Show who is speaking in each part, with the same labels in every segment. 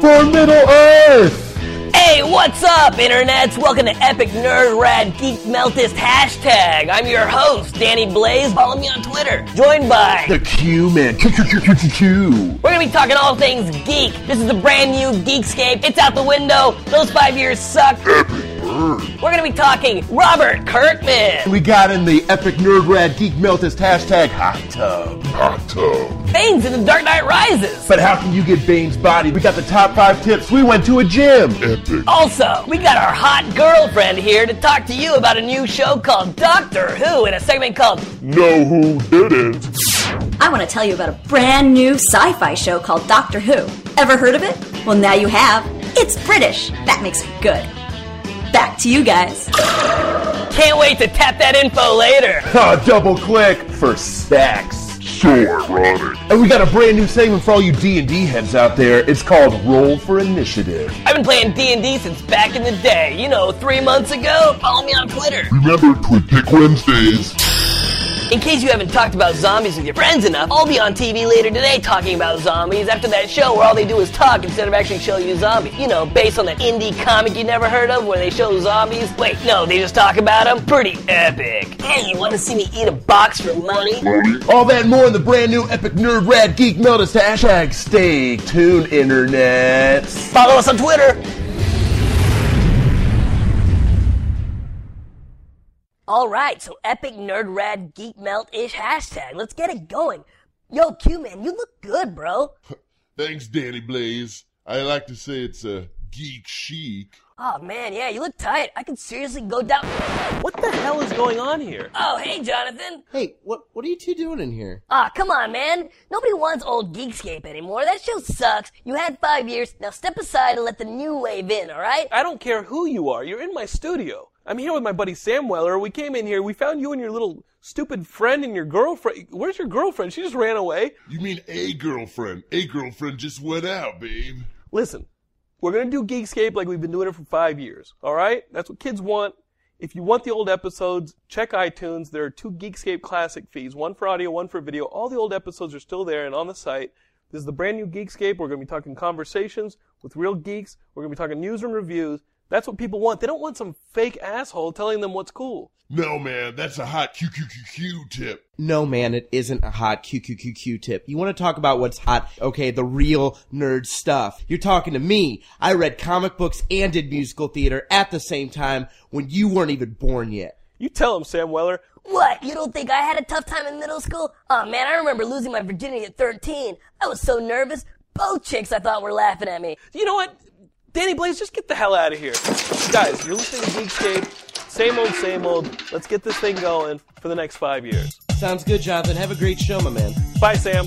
Speaker 1: for Middle Earth.
Speaker 2: Hey, what's up, internets? Welcome to Epic Nerd Rad Geek Meltist hashtag. I'm your host, Danny Blaze. Follow me on Twitter. Joined by.
Speaker 1: The Q man. Q Q Q Q Q Q.
Speaker 2: We're gonna be talking all things geek. This is a brand new Geekscape. It's out the window. Those five years suck. We're gonna be talking Robert Kirkman.
Speaker 1: We got in the epic nerd rad geek meltist hashtag hot tub. Hot tub.
Speaker 2: Bane's in the Dark Knight Rises.
Speaker 1: But how can you get Bane's body? We got the top five tips. We went to a gym. Epic.
Speaker 2: Also, we got our hot girlfriend here to talk to you about a new show called Doctor Who in a segment called
Speaker 1: No, who didn't?
Speaker 3: I want to tell you about a brand new sci fi show called Doctor Who. Ever heard of it? Well, now you have. It's British. That makes it good. Back to you guys.
Speaker 2: Can't Wait to Tap That Info Later.
Speaker 1: Ah, double click for stacks. Sure, Robert. And we got a brand new segment for all you D and D heads out there. It's called Roll for Initiative.
Speaker 2: I've been playing D&D since back in the day. You know, three months ago. Follow me on Twitter.
Speaker 4: Remember Twin Pick Wednesdays.
Speaker 2: In case you haven't talked about zombies with your friends enough, I'll be on TV later today talking about zombies after that show where all they do is talk instead of actually showing you zombies. You know, based on that indie comic you never heard of where they show zombies. Wait, no, they just talk about them. Pretty epic. Hey, you want to see me eat a box for money?
Speaker 1: All that and more in the brand new epic nerd rad geek meltist hashtag. Stay tuned, internets.
Speaker 2: Follow us on Twitter. All right, so epic nerd rad geek melt ish hashtag. Let's get it going. Yo, Q man, you look good, bro.
Speaker 4: Thanks, Danny Blaze. I like to say it's a geek chic.
Speaker 2: Oh man, yeah, you look tight. I could seriously go down.
Speaker 5: What the hell is going on here?
Speaker 2: Oh, hey, Jonathan.
Speaker 6: Hey, what what are you two doing in here?
Speaker 2: Ah, come on, man. Nobody wants old Geekscape anymore. That show sucks. You had five years. Now step aside and let the new wave in, alright?
Speaker 5: I don't care who you are. You're in my studio. I'm here with my buddy Sam Weller. We came in here. We found you and your little stupid friend and your girlfriend. Where's your girlfriend? She just ran away.
Speaker 4: You mean a girlfriend? A girlfriend just went out, babe.
Speaker 5: Listen, we're gonna do Geekscape like we've been doing it for five years. All right? That's what kids want. If you want the old episodes, check iTunes. There are two Geekscape classic feeds, one for audio, one for video. All the old episodes are still there and on the site. This is the brand new Geekscape. We're gonna be talking conversations with real geeks. We're gonna be talking news and reviews. That's what people want. They don't want some fake asshole telling them what's cool.
Speaker 4: No, man, that's a hot QQQQ tip.
Speaker 6: No man, it isn't a hot QQQQ tip. You want to talk about what's hot? Okay, the real nerd stuff. You're talking to me. I read comic books and did musical theater at the same time when you weren't even born yet.
Speaker 5: You tell them, Sam Weller.
Speaker 2: What? You don't think I had a tough time in middle school? Oh man, I remember losing my virginity at 13. I was so nervous. Both chicks I thought were laughing at me.
Speaker 5: You know what? Danny Blaze, just get the hell out of here. Guys, you're listening to Geekscape. Same old, same old. Let's get this thing going for the next five years.
Speaker 6: Sounds good, Jonathan. Have a great show, my man.
Speaker 5: Bye, Sam.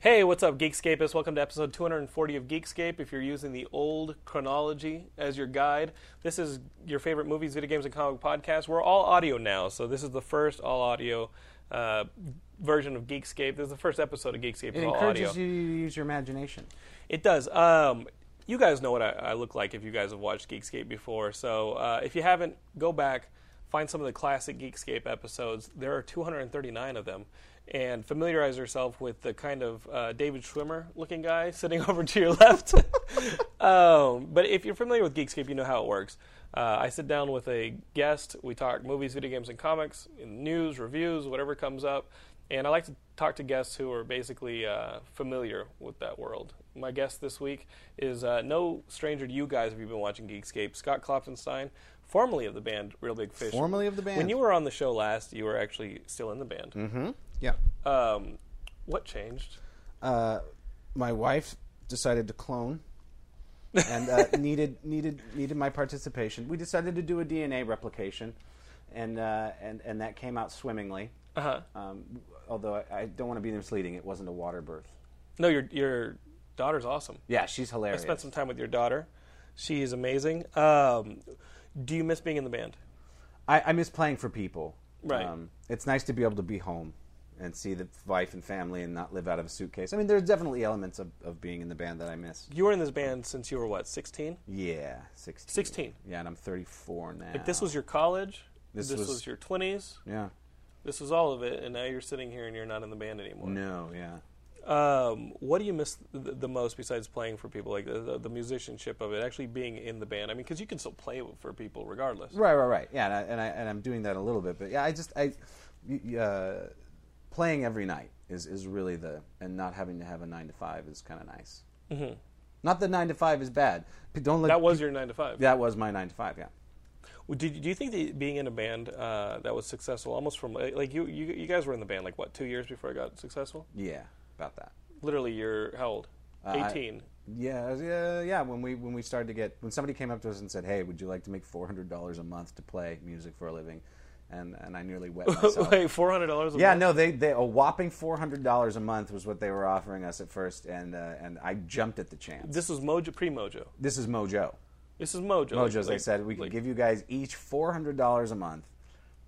Speaker 5: Hey, what's up, Geekscapists? Welcome to episode 240 of Geekscape. If you're using the old chronology as your guide, this is your favorite movies, video games, and comic podcast. We're all audio now, so this is the first all audio uh, version of Geekscape. This is the first episode of Geekscape.
Speaker 7: It
Speaker 5: all
Speaker 7: encourages
Speaker 5: audio.
Speaker 7: you to use your imagination.
Speaker 5: It does. Um, you guys know what I, I look like if you guys have watched Geekscape before. So uh, if you haven't, go back, find some of the classic Geekscape episodes. There are 239 of them, and familiarize yourself with the kind of uh, David Schwimmer looking guy sitting over to your left. um, but if you're familiar with Geekscape, you know how it works. Uh, I sit down with a guest. We talk movies, video games, and comics, and news, reviews, whatever comes up. And I like to talk to guests who are basically uh, familiar with that world. My guest this week is uh, no stranger to you guys if you've been watching Geekscape, Scott Klopfenstein, formerly of the band Real Big Fish.
Speaker 7: Formerly of the band. Mm-hmm.
Speaker 5: When you were on the show last, you were actually still in the band.
Speaker 7: Yeah.
Speaker 5: Um, what changed?
Speaker 7: my wife decided to clone and uh, needed needed needed my participation. We decided to do a DNA replication, and uh, and and that came out swimmingly. Uh-huh. Um, although I, I don't want to be misleading, it wasn't a water birth.
Speaker 5: No, your your daughter's awesome.
Speaker 7: Yeah, she's
Speaker 5: I
Speaker 7: hilarious.
Speaker 5: spent some time with your daughter. She is amazing. Um, do you miss being in the band?
Speaker 7: I, I miss playing for people. Um,
Speaker 5: Right.
Speaker 7: it's nice to be able to be home and see the wife and family and not live out of a suitcase. I mean, there's definitely elements of, of being in the band that I miss.
Speaker 5: You were in this band since you were what, 16?
Speaker 7: Yeah, 16.
Speaker 5: 16.
Speaker 7: Yeah, and I'm 34 now.
Speaker 5: Like this was your college. This,
Speaker 7: This
Speaker 5: was,
Speaker 7: was-
Speaker 5: your 20s.
Speaker 7: Yeah.
Speaker 5: This was all of it, and now you're sitting here and you're not in the band anymore.
Speaker 7: No, yeah.
Speaker 5: Um, what do you miss the, the most besides playing for people, like the, the, the musicianship of it, actually being in the band? I mean, because you can still play for people regardless.
Speaker 7: Right, right, right. Yeah, and, I, and, I, and I'm doing that a little bit, but yeah, I just I y- y- uh, playing every night is is really the and not having to have a nine to five is kind of nice. Mm-hmm. Not that nine to five is bad. P- Don't let
Speaker 5: That was your nine to five.
Speaker 7: that was my nine to five. Yeah.
Speaker 5: Well, Did you- do you think that being in a band uh, that was successful, almost from like you, you you guys were in the band like what two years before I got successful?
Speaker 7: Yeah, about that.
Speaker 5: Literally, you're how old?
Speaker 7: Uh, I-
Speaker 5: Eighteen.
Speaker 7: Yeah, yeah, yeah. When we when we started to get when somebody came up to us and said, "Hey, would you like to make four hundred dollars a month to play music for a living?" and and I nearly wet myself.
Speaker 5: Wait, four hundred dollars.
Speaker 7: Yeah, no, they, they a whopping four hundred dollars a month was what they were offering us at first, and uh, and I jumped at the chance.
Speaker 5: This was Mojo pre Mojo.
Speaker 7: This is Mojo.
Speaker 5: This is Mojo.
Speaker 7: Mojo's.
Speaker 5: Like-
Speaker 7: they said we
Speaker 5: like-
Speaker 7: can give you guys each four hundred dollars a month,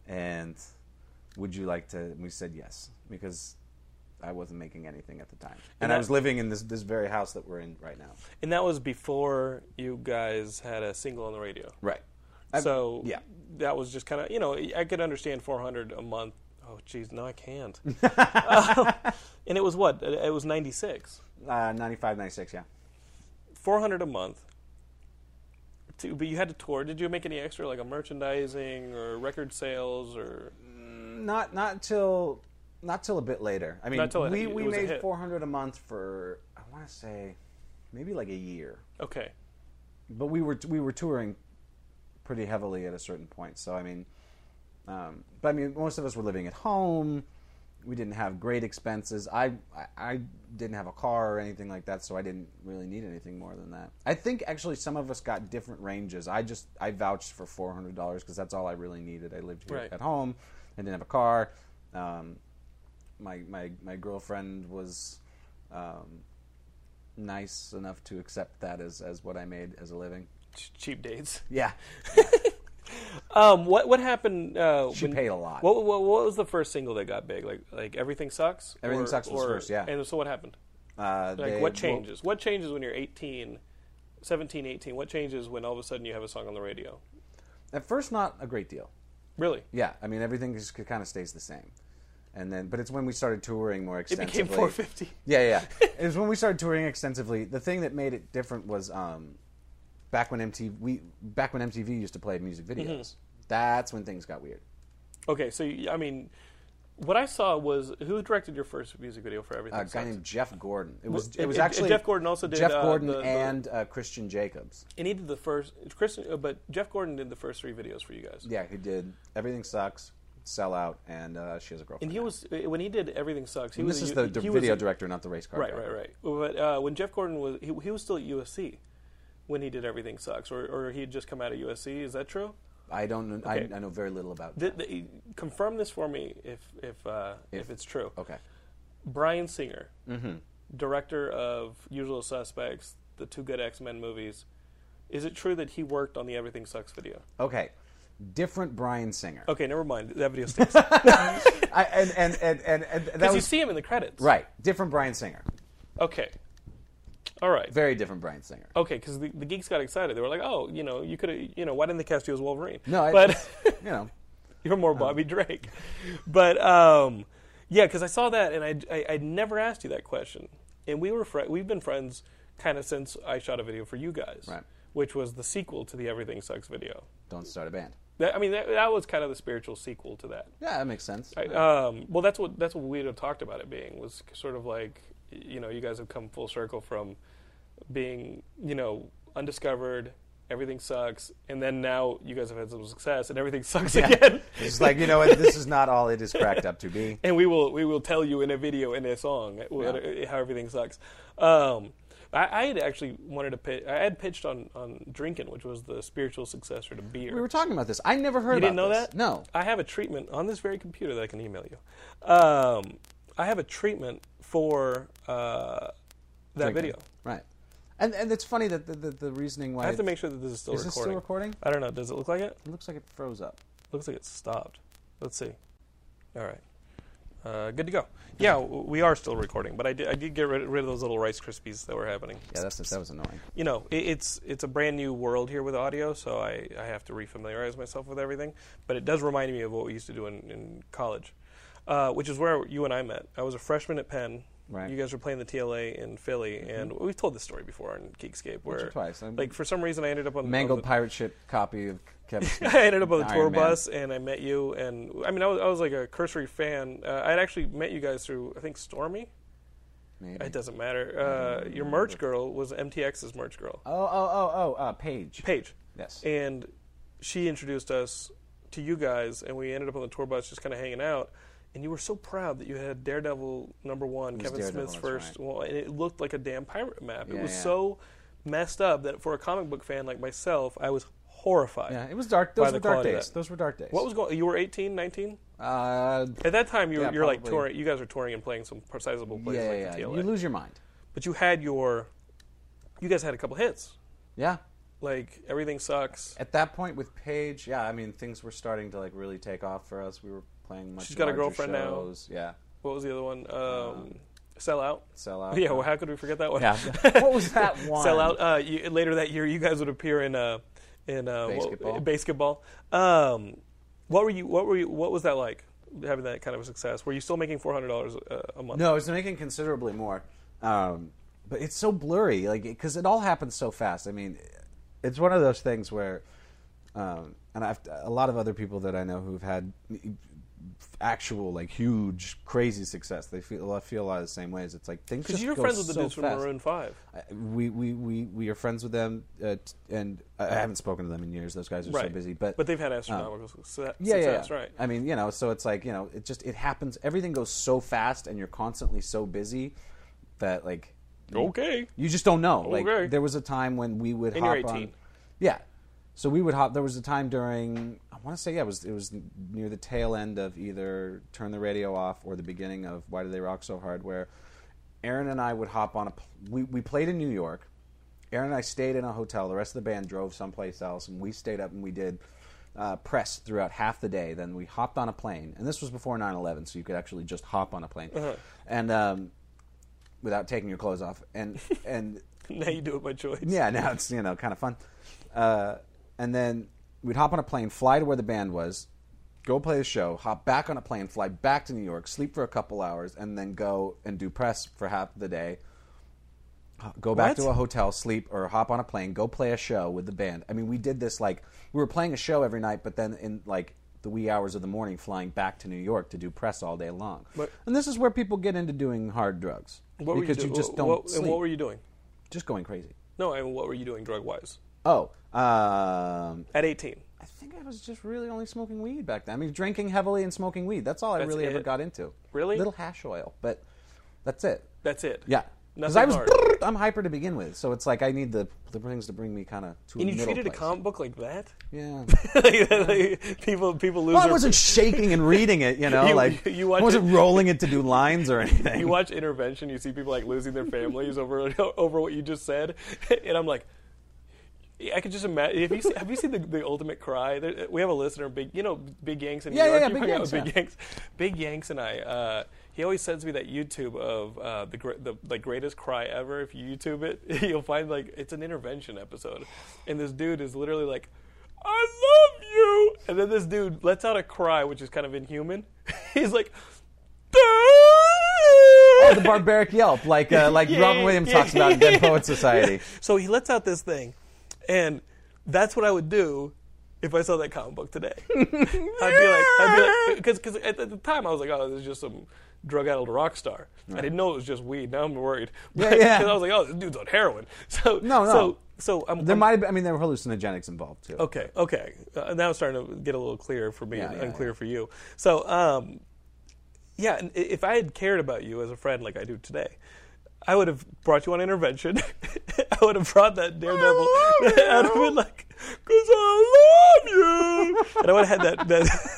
Speaker 7: and would you like to? and We said yes because I wasn't making anything at the time, and I
Speaker 5: that-
Speaker 7: was living in this this very house that we're in right now.
Speaker 5: and that was before you guys had a single on the radio.
Speaker 7: Right.
Speaker 5: so
Speaker 7: yeah.
Speaker 5: that was just kind of you know I could understand 400 a month. Oh jeez, no, I can't. and it was what? It it was 96.
Speaker 7: Uh, 95, 96, Yeah.
Speaker 5: 400 a month. To, but you had to tour. Did you make any extra like a merchandising or record sales or?
Speaker 7: Not not till not till a bit later. I mean,
Speaker 5: Not till it-
Speaker 7: we
Speaker 5: it
Speaker 7: we
Speaker 5: was a
Speaker 7: made
Speaker 5: hit.
Speaker 7: four hundred a month for I want to say maybe like a year.
Speaker 5: Okay,
Speaker 7: but we were we were touring pretty heavily at a certain point. So I mean, um, but I mean, most of us were living at home. We didn't have great expenses. I, I I didn't have a car or anything like that, so I didn't really need anything more than that. I think actually some of us got different ranges. I just I vouched for four hundred dollars because that's all I really needed. I lived here
Speaker 5: Right.
Speaker 7: at home. I didn't have a car. Um, my my my girlfriend was. Um, nice enough to accept that as, as what I made as a living.
Speaker 5: Ch- cheap dates.
Speaker 7: Yeah.
Speaker 5: Um, what what happened? Uh,
Speaker 7: She paid a lot.
Speaker 5: What, what what was the first single that got big? Like like everything sucks.
Speaker 7: Everything Sucks was first, yeah.
Speaker 5: And so what happened?
Speaker 7: Uh,
Speaker 5: Like
Speaker 7: they-
Speaker 5: what changes? what changes when you're 18, 17, 18? What changes when all of a sudden you have a song on the radio?
Speaker 7: Well, at first, not a great deal.
Speaker 5: Really?
Speaker 7: Yeah, I mean everything just kind of stays the same, and then but it's when we started touring more
Speaker 5: It
Speaker 7: extensively.
Speaker 5: became 450.
Speaker 7: Yeah, yeah. it was when we started touring extensively. The thing that made it different was um, back when MTV we back when MTV used to play music videos.
Speaker 5: Mm-hmm.
Speaker 7: That's when things got weird.
Speaker 5: Okay, so you, I mean, what I saw was who directed your first music video for everything?
Speaker 7: A guy
Speaker 5: Sucks?
Speaker 7: named Jeff Gordon. It was.
Speaker 5: it-
Speaker 7: It was
Speaker 5: it-
Speaker 7: actually
Speaker 5: Jeff Gordon also did,
Speaker 7: Jeff
Speaker 5: uh,
Speaker 7: Gordon
Speaker 5: the- the-
Speaker 7: and uh, Christian Jacobs.
Speaker 5: And he did the first, Chris, uh, but Jeff Gordon did the first three videos for you guys.
Speaker 7: Yeah, he did. Everything sucks. Sell out, and uh, she has a girlfriend.
Speaker 5: And he
Speaker 7: now.
Speaker 5: was uh, when he did everything sucks. He
Speaker 7: And
Speaker 5: was
Speaker 7: this
Speaker 5: a
Speaker 7: is
Speaker 5: U-
Speaker 7: the, the
Speaker 5: he was
Speaker 7: video
Speaker 5: a-
Speaker 7: director, not the race car.
Speaker 5: Right,
Speaker 7: driver.
Speaker 5: right, right. But uh, when Jeff Gordon was, he, he was still at USC when he did everything sucks, or or he had just come out of USC. Is that true?
Speaker 7: I don't. Know,
Speaker 5: Okay.
Speaker 7: I, I know very little about.
Speaker 5: Did, the- confirm this for me if if uh, if, it's true.
Speaker 7: okay. Mm-hmm.
Speaker 5: Brian Singer, director of Usual Suspects, the two good X Men movies. Is it true that he worked on the Everything Sucks video?
Speaker 7: Okay. Different Brian Singer.
Speaker 5: Okay, never mind. That video stinks.
Speaker 7: I, and, and, and, and, and that
Speaker 5: Because you
Speaker 7: was
Speaker 5: see him in the credits.
Speaker 7: right. Different Brian Singer.
Speaker 5: Okay. All right.
Speaker 7: Very different Brian Singer.
Speaker 5: Okay, because the, the geeks got excited. They were like, "Oh, you know, you could, have you know, why didn't they cast you as Wolverine?"
Speaker 7: No, I,
Speaker 5: but
Speaker 7: you know,
Speaker 5: you're more Bobby Drake. But um, Yeah, because I saw that and I, I, I'd never asked you that question. And we were fri- we've been friends kind of since I shot a video for you guys,
Speaker 7: Right.
Speaker 5: which was the sequel to the Everything Sucks video.
Speaker 7: Don't start a band.
Speaker 5: That, I mean, that, that was kind of the spiritual sequel to that.
Speaker 7: Yeah, that makes sense.
Speaker 5: I, um, well, that's what that's what we'd have talked about it being was sort of like you know you guys have come full circle from being you know undiscovered, everything sucks, and then now you guys have had some success and everything sucks again.
Speaker 7: It's like you know what? This is not all it is cracked up to be.
Speaker 5: and we will we will tell you in a video in a song what, how everything sucks. Um, I, I had actually wanted to pitch. I had pitched on on drinking, which was the spiritual successor to beer.
Speaker 7: We were talking about this. I never heard.
Speaker 5: You didn't
Speaker 7: about
Speaker 5: know
Speaker 7: this.
Speaker 5: that?
Speaker 7: No.
Speaker 5: I have a treatment on this very computer that I can email you. Um, I have a treatment for uh, that video.
Speaker 7: Right. And and it's funny that the, the, the reasoning why
Speaker 5: I have to
Speaker 7: it's-
Speaker 5: make sure that this is still
Speaker 7: Is this still
Speaker 5: recording.
Speaker 7: recording?
Speaker 5: I don't know. Does it look like it?
Speaker 7: it looks like it froze up.
Speaker 5: Looks like it's stopped. Let's see. All right. Uh, good to go. Yeah, w- we are still recording, but I did, I did get rid, rid of those little Rice Krispies that were happening.
Speaker 7: Yeah, that's that was annoying.
Speaker 5: you know, it, it's it's a brand new world here with audio, so I, I have to refamiliarize myself with everything. But it does remind me of what we used to do in, in college, uh, which is where you and I met. I was a freshman at Penn.
Speaker 7: Right. Mm-hmm.
Speaker 5: You guys were playing the TLA in Philly, and we've told this story before in Geekscape, where
Speaker 7: twice. I'm-
Speaker 5: like for some reason I ended up on
Speaker 7: Mangled
Speaker 5: on the,
Speaker 7: pirate ship copy of Kevin. Smith.
Speaker 5: I ended up on the
Speaker 7: Iron
Speaker 5: tour
Speaker 7: Man.
Speaker 5: bus, and I met you. And I mean, I was, I was like a cursory fan. Uh, I'd actually met you guys through, I think, Stormy.
Speaker 7: Maybe.
Speaker 5: It doesn't matter. Uh, your merch girl was MTX's merch girl.
Speaker 7: Mm-hmm. Oh oh oh oh uh, Page.
Speaker 5: Paige.
Speaker 7: Yes.
Speaker 5: And she introduced us to you guys, and we ended up on the tour bus just kind of hanging out. And you were so proud that you had Daredevil number one, Kevin
Speaker 7: Daredevil,
Speaker 5: Smith's
Speaker 7: that's
Speaker 5: first.
Speaker 7: right.
Speaker 5: Well, and it looked like a damn pirate map. it
Speaker 7: Yeah,
Speaker 5: was
Speaker 7: yeah.
Speaker 5: so messed up that for a comic book fan like myself, I was horrified.
Speaker 7: Yeah, it was dark.
Speaker 5: by
Speaker 7: Those
Speaker 5: the
Speaker 7: were dark
Speaker 5: quality of
Speaker 7: days.
Speaker 5: that.
Speaker 7: Those were dark days.
Speaker 5: What was going? You were 18, 19?
Speaker 7: Uh,
Speaker 5: At that time, you were,
Speaker 7: Yeah,
Speaker 5: you're like
Speaker 7: probably.
Speaker 5: touring. You guys are touring and playing some sizable places
Speaker 7: yeah,
Speaker 5: like
Speaker 7: yeah,
Speaker 5: the
Speaker 7: yeah.
Speaker 5: TLA.
Speaker 7: You lose your mind.
Speaker 5: but you had your, you guys had a couple hits.
Speaker 7: Yeah.
Speaker 5: Like everything sucks.
Speaker 7: At that point with Paige, yeah, I mean things were starting to like really take off for us. We were playing much.
Speaker 5: She's got a
Speaker 7: larger
Speaker 5: girlfriend now.
Speaker 7: shows. Yeah.
Speaker 5: What was the other one? Um, sell out.
Speaker 7: Sell Out,
Speaker 5: Yeah.
Speaker 7: uh,
Speaker 5: Well, how could we forget that one?
Speaker 7: Yeah. what was that one?
Speaker 5: sell out. Uh, you, later that year, you guys would appear in uh, in uh, what-
Speaker 7: Basketball.
Speaker 5: basketball. Um, what were you? What were you? What was that like? Having that kind of a success. Were you still making four hundred dollars uh, a month?
Speaker 7: No, it's making considerably more. Um, but it's so blurry, like because it all happens so fast. I mean, it's one of those things where, um, and I've a lot of other people that I know who've had actual like huge crazy success. They feel I feel a lot of the same ways. It's like things
Speaker 5: Because
Speaker 7: just
Speaker 5: you were
Speaker 7: go
Speaker 5: friends with the
Speaker 7: so
Speaker 5: dudes from
Speaker 7: fast.
Speaker 5: Maroon Five.
Speaker 7: I- We, we, we, we are friends with them, uh, t- and I I haven't spoken to them in years. Those guys are so busy, but
Speaker 5: they've had
Speaker 7: um,
Speaker 5: astronomical success.
Speaker 7: yeah, yeah,
Speaker 5: success,
Speaker 7: yeah.
Speaker 5: right.
Speaker 7: I mean, you know, so it's like you know, it just it happens. Everything goes so fast, and you're constantly so busy that like
Speaker 5: okay.
Speaker 7: you just don't know. Like
Speaker 5: Okay.
Speaker 7: there was a time when we would
Speaker 5: And
Speaker 7: hop
Speaker 5: you're 18.
Speaker 7: on. Yeah, so we would hop. There was a time during I want to say yeah, it was it was near the tail end of either turn the radio off or the beginning of Why Do They Rock So Hard, where Aaron and I would hop on a. pl- We we played in New York. Aaron and I stayed in a hotel. The rest of the band drove someplace else, and we stayed up and we did uh, press throughout half the day. Then we hopped on a plane, and this was before 9-11, so you could actually just hop on a plane, and um, without taking your clothes off. And and
Speaker 5: Now you do it by choice.
Speaker 7: yeah, now it's you know kind of fun. Uh, and then we'd hop on a plane, fly to where the band was, go play the show, hop back on a plane, fly back to New York, sleep for a couple hours, and then go and do press for half the day. Ho- Go back
Speaker 5: What?
Speaker 7: to a hotel, sleep, or hop on a plane, go play a show with the band. I mean, we did this like we were playing a show every night, but then in like the wee hours of the morning, flying back to New York to do press all day long.
Speaker 5: But-
Speaker 7: and this is where people get into doing hard drugs
Speaker 5: What were
Speaker 7: because
Speaker 5: you,
Speaker 7: you,
Speaker 5: do-
Speaker 7: just
Speaker 5: what-
Speaker 7: don't
Speaker 5: What,
Speaker 7: sleep.
Speaker 5: and what were you doing?
Speaker 7: just going crazy?
Speaker 5: No, I mean, what were you doing drug wise
Speaker 7: Oh, um,
Speaker 5: at eighteen?
Speaker 7: I think I was just really only smoking weed back then. I mean, drinking heavily and smoking weed. That's all I
Speaker 5: That's
Speaker 7: really ever
Speaker 5: it?
Speaker 7: got into.
Speaker 5: Really?
Speaker 7: Little hash oil, but that's it.
Speaker 5: That's it.
Speaker 7: Yeah. Because
Speaker 5: Nothing
Speaker 7: I was,
Speaker 5: hard.
Speaker 7: I'm hyper to begin with, so it's like I need the the things to bring me kind of to a
Speaker 5: And you
Speaker 7: middle
Speaker 5: treated a
Speaker 7: place.
Speaker 5: comic book like that?
Speaker 7: Yeah.
Speaker 5: Like, like, people, people lose.
Speaker 7: Well, I
Speaker 5: their-
Speaker 7: wasn't shaking and reading it, you know,
Speaker 5: You-
Speaker 7: like
Speaker 5: you watch
Speaker 7: I wasn't
Speaker 5: it-
Speaker 7: rolling it to do lines or anything.
Speaker 5: You watch Intervention, you see people like losing their families over over what you just said, and I'm like, I could just imagine. Have you seen, have you seen the, the ultimate cry? There, we have a listener, big you know, Big Yanks in New
Speaker 7: Yeah, yeah,
Speaker 5: York.
Speaker 7: yeah,
Speaker 5: You
Speaker 7: Big
Speaker 5: hung out
Speaker 7: Yanks,
Speaker 5: with
Speaker 7: yeah.
Speaker 5: Big Yanks. Big Yanks and I. Uh, he always sends me that YouTube of uh, the gre- the like greatest cry ever. If you YouTube it, you'll find like it's an intervention episode, and this dude is literally like. I love you, and then this dude lets out a cry, which is kind of inhuman. He's like, "Dad!"
Speaker 7: or the barbaric yelp, like uh, like Robin Williams talks about in Dead Poets Society.
Speaker 5: So he lets out this thing, and that's what I would do if I saw that comic book today. I'd be like, I'd be like, because at the time I was like, oh, this is just some drug-addled rock star. I didn't know it was just weed. Now I'm worried. But,
Speaker 7: yeah.
Speaker 5: 'cause I was like, oh, this dude's on heroin. So
Speaker 7: No, no.
Speaker 5: So, so I'm,
Speaker 7: There
Speaker 5: I'm-
Speaker 7: might have been, I mean there were hallucinogenics involved too.
Speaker 5: Okay, okay. Uh, now it's starting to get a little clearer for me
Speaker 7: Yeah,
Speaker 5: and
Speaker 7: yeah,
Speaker 5: unclear for you. So, um, yeah, and i- if I had cared about you as a friend like I do today, I would have brought you on intervention. I would have brought that daredevil. I would have been like, because I love you. and I would have had that. that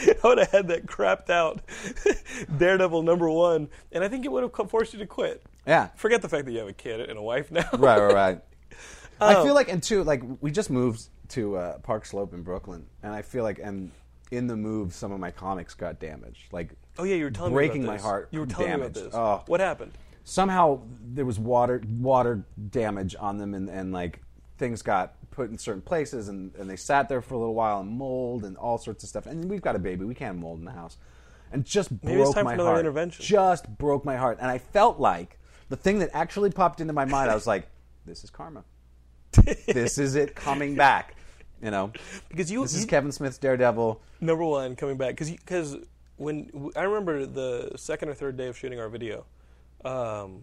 Speaker 5: I would have had that crapped out Daredevil number one, and I think it would have co- forced you to quit.
Speaker 7: Yeah.
Speaker 5: Forget the fact that you have a kid and a wife now.
Speaker 7: Right, right, right. I
Speaker 5: Oh.
Speaker 7: feel like and too like we just moved to uh, Park Slope in Brooklyn, and I feel like and in the move some of my comics got damaged. Like
Speaker 5: Oh yeah, you were telling
Speaker 7: breaking
Speaker 5: me about
Speaker 7: my
Speaker 5: this.
Speaker 7: heart.
Speaker 5: You were telling
Speaker 7: damaged.
Speaker 5: me about this.
Speaker 7: Oh,
Speaker 5: What happened?
Speaker 7: somehow there was water water damage on them and, and like things got put in certain places and, and they sat there for a little while and mold and all sorts of stuff and we've got a baby we can't have mold in the house and just
Speaker 5: Maybe
Speaker 7: broke
Speaker 5: it's time
Speaker 7: my
Speaker 5: for another
Speaker 7: heart
Speaker 5: intervention.
Speaker 7: just broke my heart and i felt like the thing that actually popped into my mind i was like this is karma this is it coming back you know
Speaker 5: Because you-
Speaker 7: this is
Speaker 5: you-
Speaker 7: kevin smith's daredevil
Speaker 5: Number one, coming back because because when w- I remember the second or third day of shooting our video, um,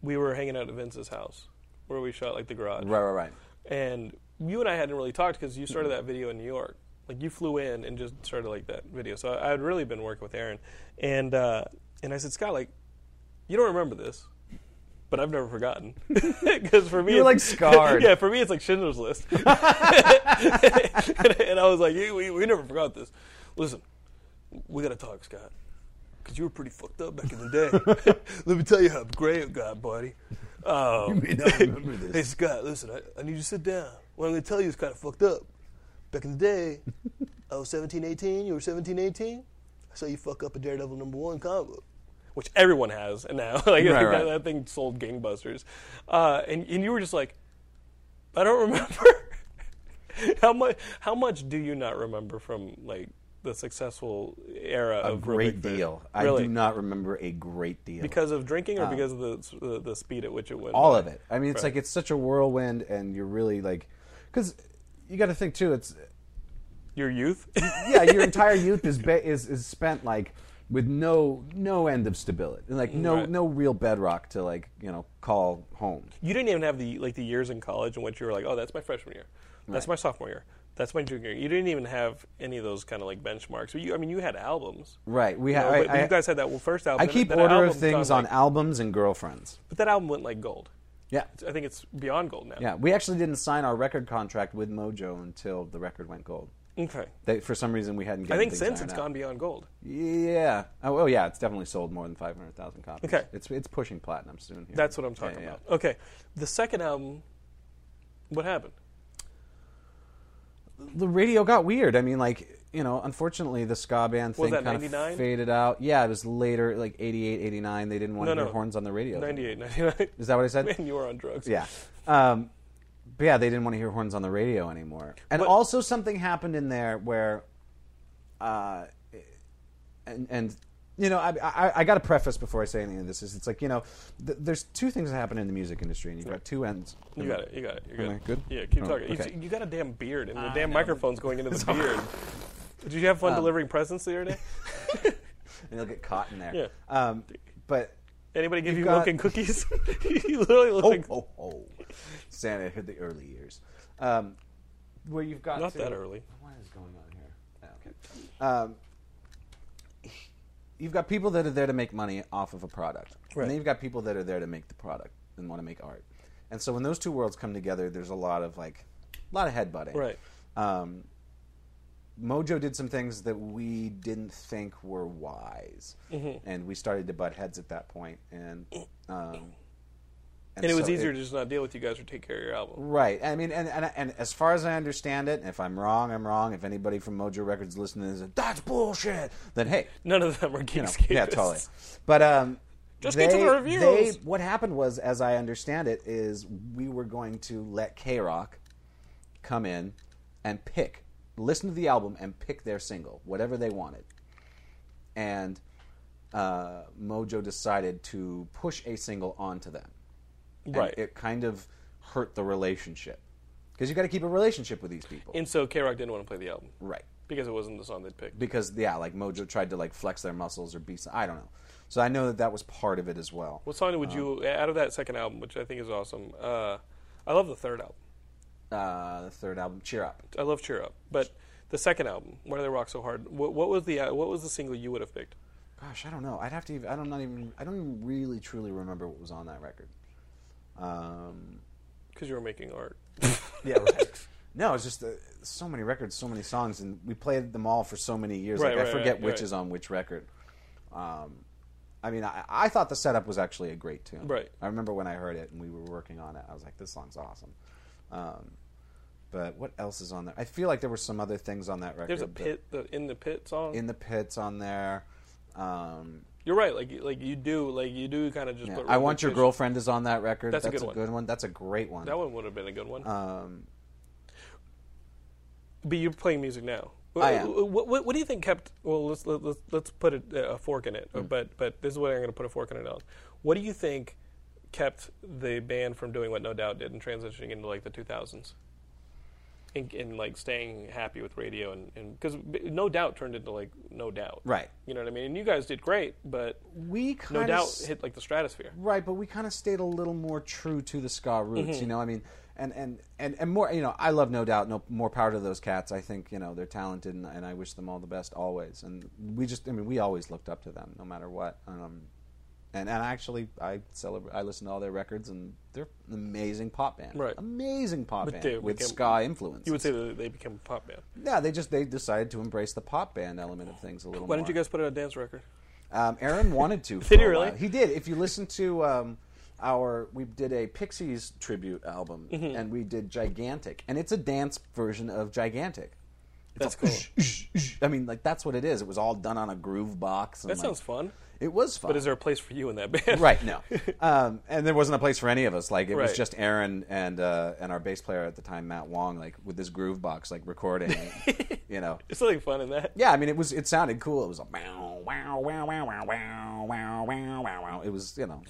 Speaker 5: we were hanging out at Vince's house where we shot like the garage.
Speaker 7: right right right
Speaker 5: And you and I hadn't really talked because you started that video in New York. Like you flew in and just started like that video. So I had really been working with Aaron, and uh, and I said Scott, like, you don't remember this, but I've never forgotten because for me
Speaker 7: You were,
Speaker 5: it's-
Speaker 7: like, scarred.
Speaker 5: yeah, for me it's like Schindler's List. and, and I was like, "You- we, we never forgot this. Listen, we gotta talk, Scott. Cause you were pretty fucked up back in the day. Let me tell you how great it got, buddy. Um,
Speaker 7: may not remember this.
Speaker 5: Hey Scott, listen, I, I need you to sit down. What I'm gonna tell you is kind of fucked up. Back in the day, I was 17, 18. You were 17, 18. I saw you fuck up a Daredevil number one comic book, which everyone has now. like
Speaker 7: Right,
Speaker 5: that,
Speaker 7: right.
Speaker 5: that thing sold gangbusters, uh, and and you were just like, I don't remember. how much? How much do you not remember from like the successful era
Speaker 7: a
Speaker 5: of Real
Speaker 7: great
Speaker 5: Big Fish?
Speaker 7: deal i
Speaker 5: Really?
Speaker 7: do not remember a great deal
Speaker 5: because of drinking or because of the, the the speed at which it went.
Speaker 7: Uh, all
Speaker 5: by?
Speaker 7: of it. I mean, it's
Speaker 5: Right.
Speaker 7: like it's such a whirlwind, and you're really like, because you got to think too. It's
Speaker 5: Your youth.
Speaker 7: yeah, your entire youth is ba- is is spent like with no no end of stability, and like no
Speaker 5: Right.
Speaker 7: no real bedrock to like you know call home.
Speaker 5: you didn't even have the like the years in college in which you were like, oh, that's my freshman year, that's my sophomore year, that's my junior year. You didn't even have any of those kind of like benchmarks. You, I mean, you had albums,
Speaker 7: Right. We
Speaker 5: You
Speaker 7: ha-
Speaker 5: know,
Speaker 7: I-
Speaker 5: but
Speaker 7: I-
Speaker 5: you guys had that first album.
Speaker 7: I
Speaker 5: and
Speaker 7: keep
Speaker 5: that
Speaker 7: order of
Speaker 5: album's
Speaker 7: things
Speaker 5: gone,
Speaker 7: on
Speaker 5: like-
Speaker 7: albums and girlfriends.
Speaker 5: but that album went like gold.
Speaker 7: Yeah.
Speaker 5: I think it's beyond gold now.
Speaker 7: Yeah, we actually didn't sign our record contract with Mojo until the record went gold.
Speaker 5: Okay.
Speaker 7: They, for some reason, we hadn't.
Speaker 5: I
Speaker 7: Given
Speaker 5: think
Speaker 7: things
Speaker 5: since
Speaker 7: ironed
Speaker 5: it's
Speaker 7: out.
Speaker 5: gone beyond gold.
Speaker 7: Yeah. Oh, oh, yeah. It's definitely sold more than five hundred thousand copies.
Speaker 5: Okay.
Speaker 7: It's it's pushing platinum soon. Here.
Speaker 5: That's what I'm
Speaker 7: Yeah,
Speaker 5: talking
Speaker 7: yeah.
Speaker 5: about. Okay. The second album. What happened?
Speaker 7: the radio got weird. I mean, like you know, unfortunately, the ska band
Speaker 5: Was
Speaker 7: thing
Speaker 5: that
Speaker 7: kind
Speaker 5: 99?
Speaker 7: of faded out. Yeah, it was later, like 88, 89. They didn't want
Speaker 5: No,
Speaker 7: to hear
Speaker 5: no.
Speaker 7: horns on the radio.
Speaker 5: 98, 99.
Speaker 7: Is that what I said?
Speaker 5: Man, you were on drugs.
Speaker 7: Yeah. Um, but yeah, they didn't want to hear horns on the radio anymore. And
Speaker 5: But-
Speaker 7: also something happened in there where, uh, and and you know, I I, I got to preface before I say anything of this is it's like you know, th- there's two things that happen in the music industry, and you've got two ends.
Speaker 5: You got it. You got it. You're
Speaker 7: Am
Speaker 5: good.
Speaker 7: I good?
Speaker 5: Yeah, keep
Speaker 7: Oh,
Speaker 5: talking. You-
Speaker 7: okay.
Speaker 5: You, got a damn beard, and the damn microphone's going into the beard. Did you have fun delivering presents the other day?
Speaker 7: And they'll get caught in there.
Speaker 5: Yeah.
Speaker 7: Um, but
Speaker 5: Anybody give you
Speaker 7: got-
Speaker 5: milk and cookies? you literally look like
Speaker 7: oh, oh, oh. Santa hit the early years. Um, where you've got
Speaker 5: not
Speaker 7: to-
Speaker 5: that early.
Speaker 7: What is going on here? Oh, okay. Um, you've got people that are there to make money off of a product,
Speaker 5: Right.
Speaker 7: and then you've got people that are there to make the product and want to make art. And so when those two worlds come together, there's a lot of like, a lot of headbutting.
Speaker 5: Right.
Speaker 7: Um, Mojo did some things that we didn't think were wise,
Speaker 5: Mm-hmm.
Speaker 7: and we started to butt heads at that point, and. Um,
Speaker 5: And it was
Speaker 7: so
Speaker 5: easier to just not deal with you guys or take care of your album.
Speaker 7: Right. I mean, and, and and as far as I understand it, if I'm wrong, I'm wrong. If anybody from Mojo Records listening is like, that's bullshit, then hey,
Speaker 5: None of them are
Speaker 7: you know,
Speaker 5: Geekscapists.
Speaker 7: yeah, totally. But um,
Speaker 5: Just get to the reviews.
Speaker 7: They, what happened was, as I understand it, is we were going to let K Rock come in and pick, listen to the album and pick their single, whatever they wanted, and uh, Mojo decided to push a single onto them. And
Speaker 5: Right.
Speaker 7: It kind of hurt the relationship because you got to keep a relationship with these people,
Speaker 5: And so K Rock didn't want to play the album.
Speaker 7: right?
Speaker 5: Because it wasn't the song they'd picked.
Speaker 7: Because yeah, like Mojo tried to like flex their muscles or be. some- I don't know. So I know that that was part of it as well.
Speaker 5: What song would you, out of that second album, which I think is awesome, uh, I love the third album.
Speaker 7: Uh, the third album, Cheer Up.
Speaker 5: I love Cheer Up. But the second album, Why Do They Rock So Hard, what, what, was, the, uh, what was the single you would have picked?
Speaker 7: Gosh, I don't know. I'd have to. Even, I don't not even. I don't even really truly remember what was on that record. Um,
Speaker 5: Because you were making art.
Speaker 7: yeah, right. no, it's just uh, so many records, so many songs, and we played them all for so many years.
Speaker 5: Right,
Speaker 7: like I
Speaker 5: right,
Speaker 7: forget
Speaker 5: right,
Speaker 7: which
Speaker 5: right.
Speaker 7: is on which record. Um, I mean, I, I thought the setup was actually a great tune.
Speaker 5: Right.
Speaker 7: I remember when I heard it and we were working on it. I was like, this song's awesome. Um, but what else is on there? I feel like there were some other things on that record.
Speaker 5: There's a
Speaker 7: but-
Speaker 5: pit, the In the Pit song.
Speaker 7: in the pits on there. Um,
Speaker 5: You're right. Like you- like you do like you do kind of just.
Speaker 7: Yeah,
Speaker 5: put
Speaker 7: I want your
Speaker 5: repetition.
Speaker 7: girlfriend is on that record.
Speaker 5: That's
Speaker 7: That's,
Speaker 5: a
Speaker 7: a,
Speaker 5: good one.
Speaker 7: good, one. That's a great one.
Speaker 5: That one would have been a good one.
Speaker 7: Um,
Speaker 5: but you're playing music now.
Speaker 7: I am.
Speaker 5: What, what, what do you think kept? Well, let's let, let's let's put a, a fork in
Speaker 7: Hmm.
Speaker 5: it. But but this is what I'm going to put a fork in it on. What do you think kept the band from doing what No Doubt did and transitioning into like the 2000s? And, and like staying happy with radio and because No Doubt turned into like No Doubt.
Speaker 7: Right.
Speaker 5: You know what I mean? And you guys did great, but
Speaker 7: we
Speaker 5: No
Speaker 7: kind
Speaker 5: Doubt
Speaker 7: of
Speaker 5: hit like the stratosphere.
Speaker 7: right, but we kind of stayed a little more true to the ska roots.
Speaker 5: Mm-hmm.
Speaker 7: You know, I mean, and, and and and more. You know, I love no doubt. No more power to those cats. I think you know they're talented, and, and I wish them all the best always. And we just, I mean, we always looked up to them, no matter what. Um, and and actually, I celebrate. I listen to all their records, and they're an amazing pop band.
Speaker 5: Right.
Speaker 7: amazing pop
Speaker 5: But
Speaker 7: band
Speaker 5: they
Speaker 7: with
Speaker 5: became-
Speaker 7: ska influence.
Speaker 5: You would say that they became a pop band.
Speaker 7: Yeah, they just they decided to embrace the pop band element of things a little.
Speaker 5: Why don't
Speaker 7: more.
Speaker 5: you guys put out a dance record?
Speaker 7: Um, Aaron wanted to. for
Speaker 5: Did he
Speaker 7: a
Speaker 5: really?
Speaker 7: while. He did. If you listen to um, our, we did a Pixies tribute album,
Speaker 5: Mm-hmm.
Speaker 7: and we did Gigantic, and it's a dance version of Gigantic.
Speaker 5: That's cool.
Speaker 7: I mean, like that's what it is. It was all done on a groove box. And
Speaker 5: That
Speaker 7: like-
Speaker 5: sounds fun.
Speaker 7: It was fun.
Speaker 5: But is there a place for you in that band?
Speaker 7: right? No, um, and there wasn't a place for any of us. Like it was
Speaker 5: Right.
Speaker 7: just Aaron and uh, and our bass player at the time, Matt Wong, like with this groove box, like recording. you know,
Speaker 5: There's something fun in that.
Speaker 7: Yeah, I mean, it was. It sounded cool. It was a wow, wow, wow, wow, wow, wow, wow, wow, wow, wow. It was, you know,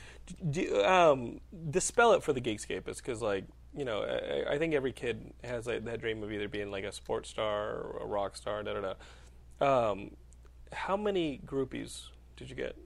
Speaker 5: Do you, um, dispel it for the Geekscapists, because like you know, I, I think every kid has like, that dream of either being like a sports star or a rock star. Da da da. Um, how many groupies did you get?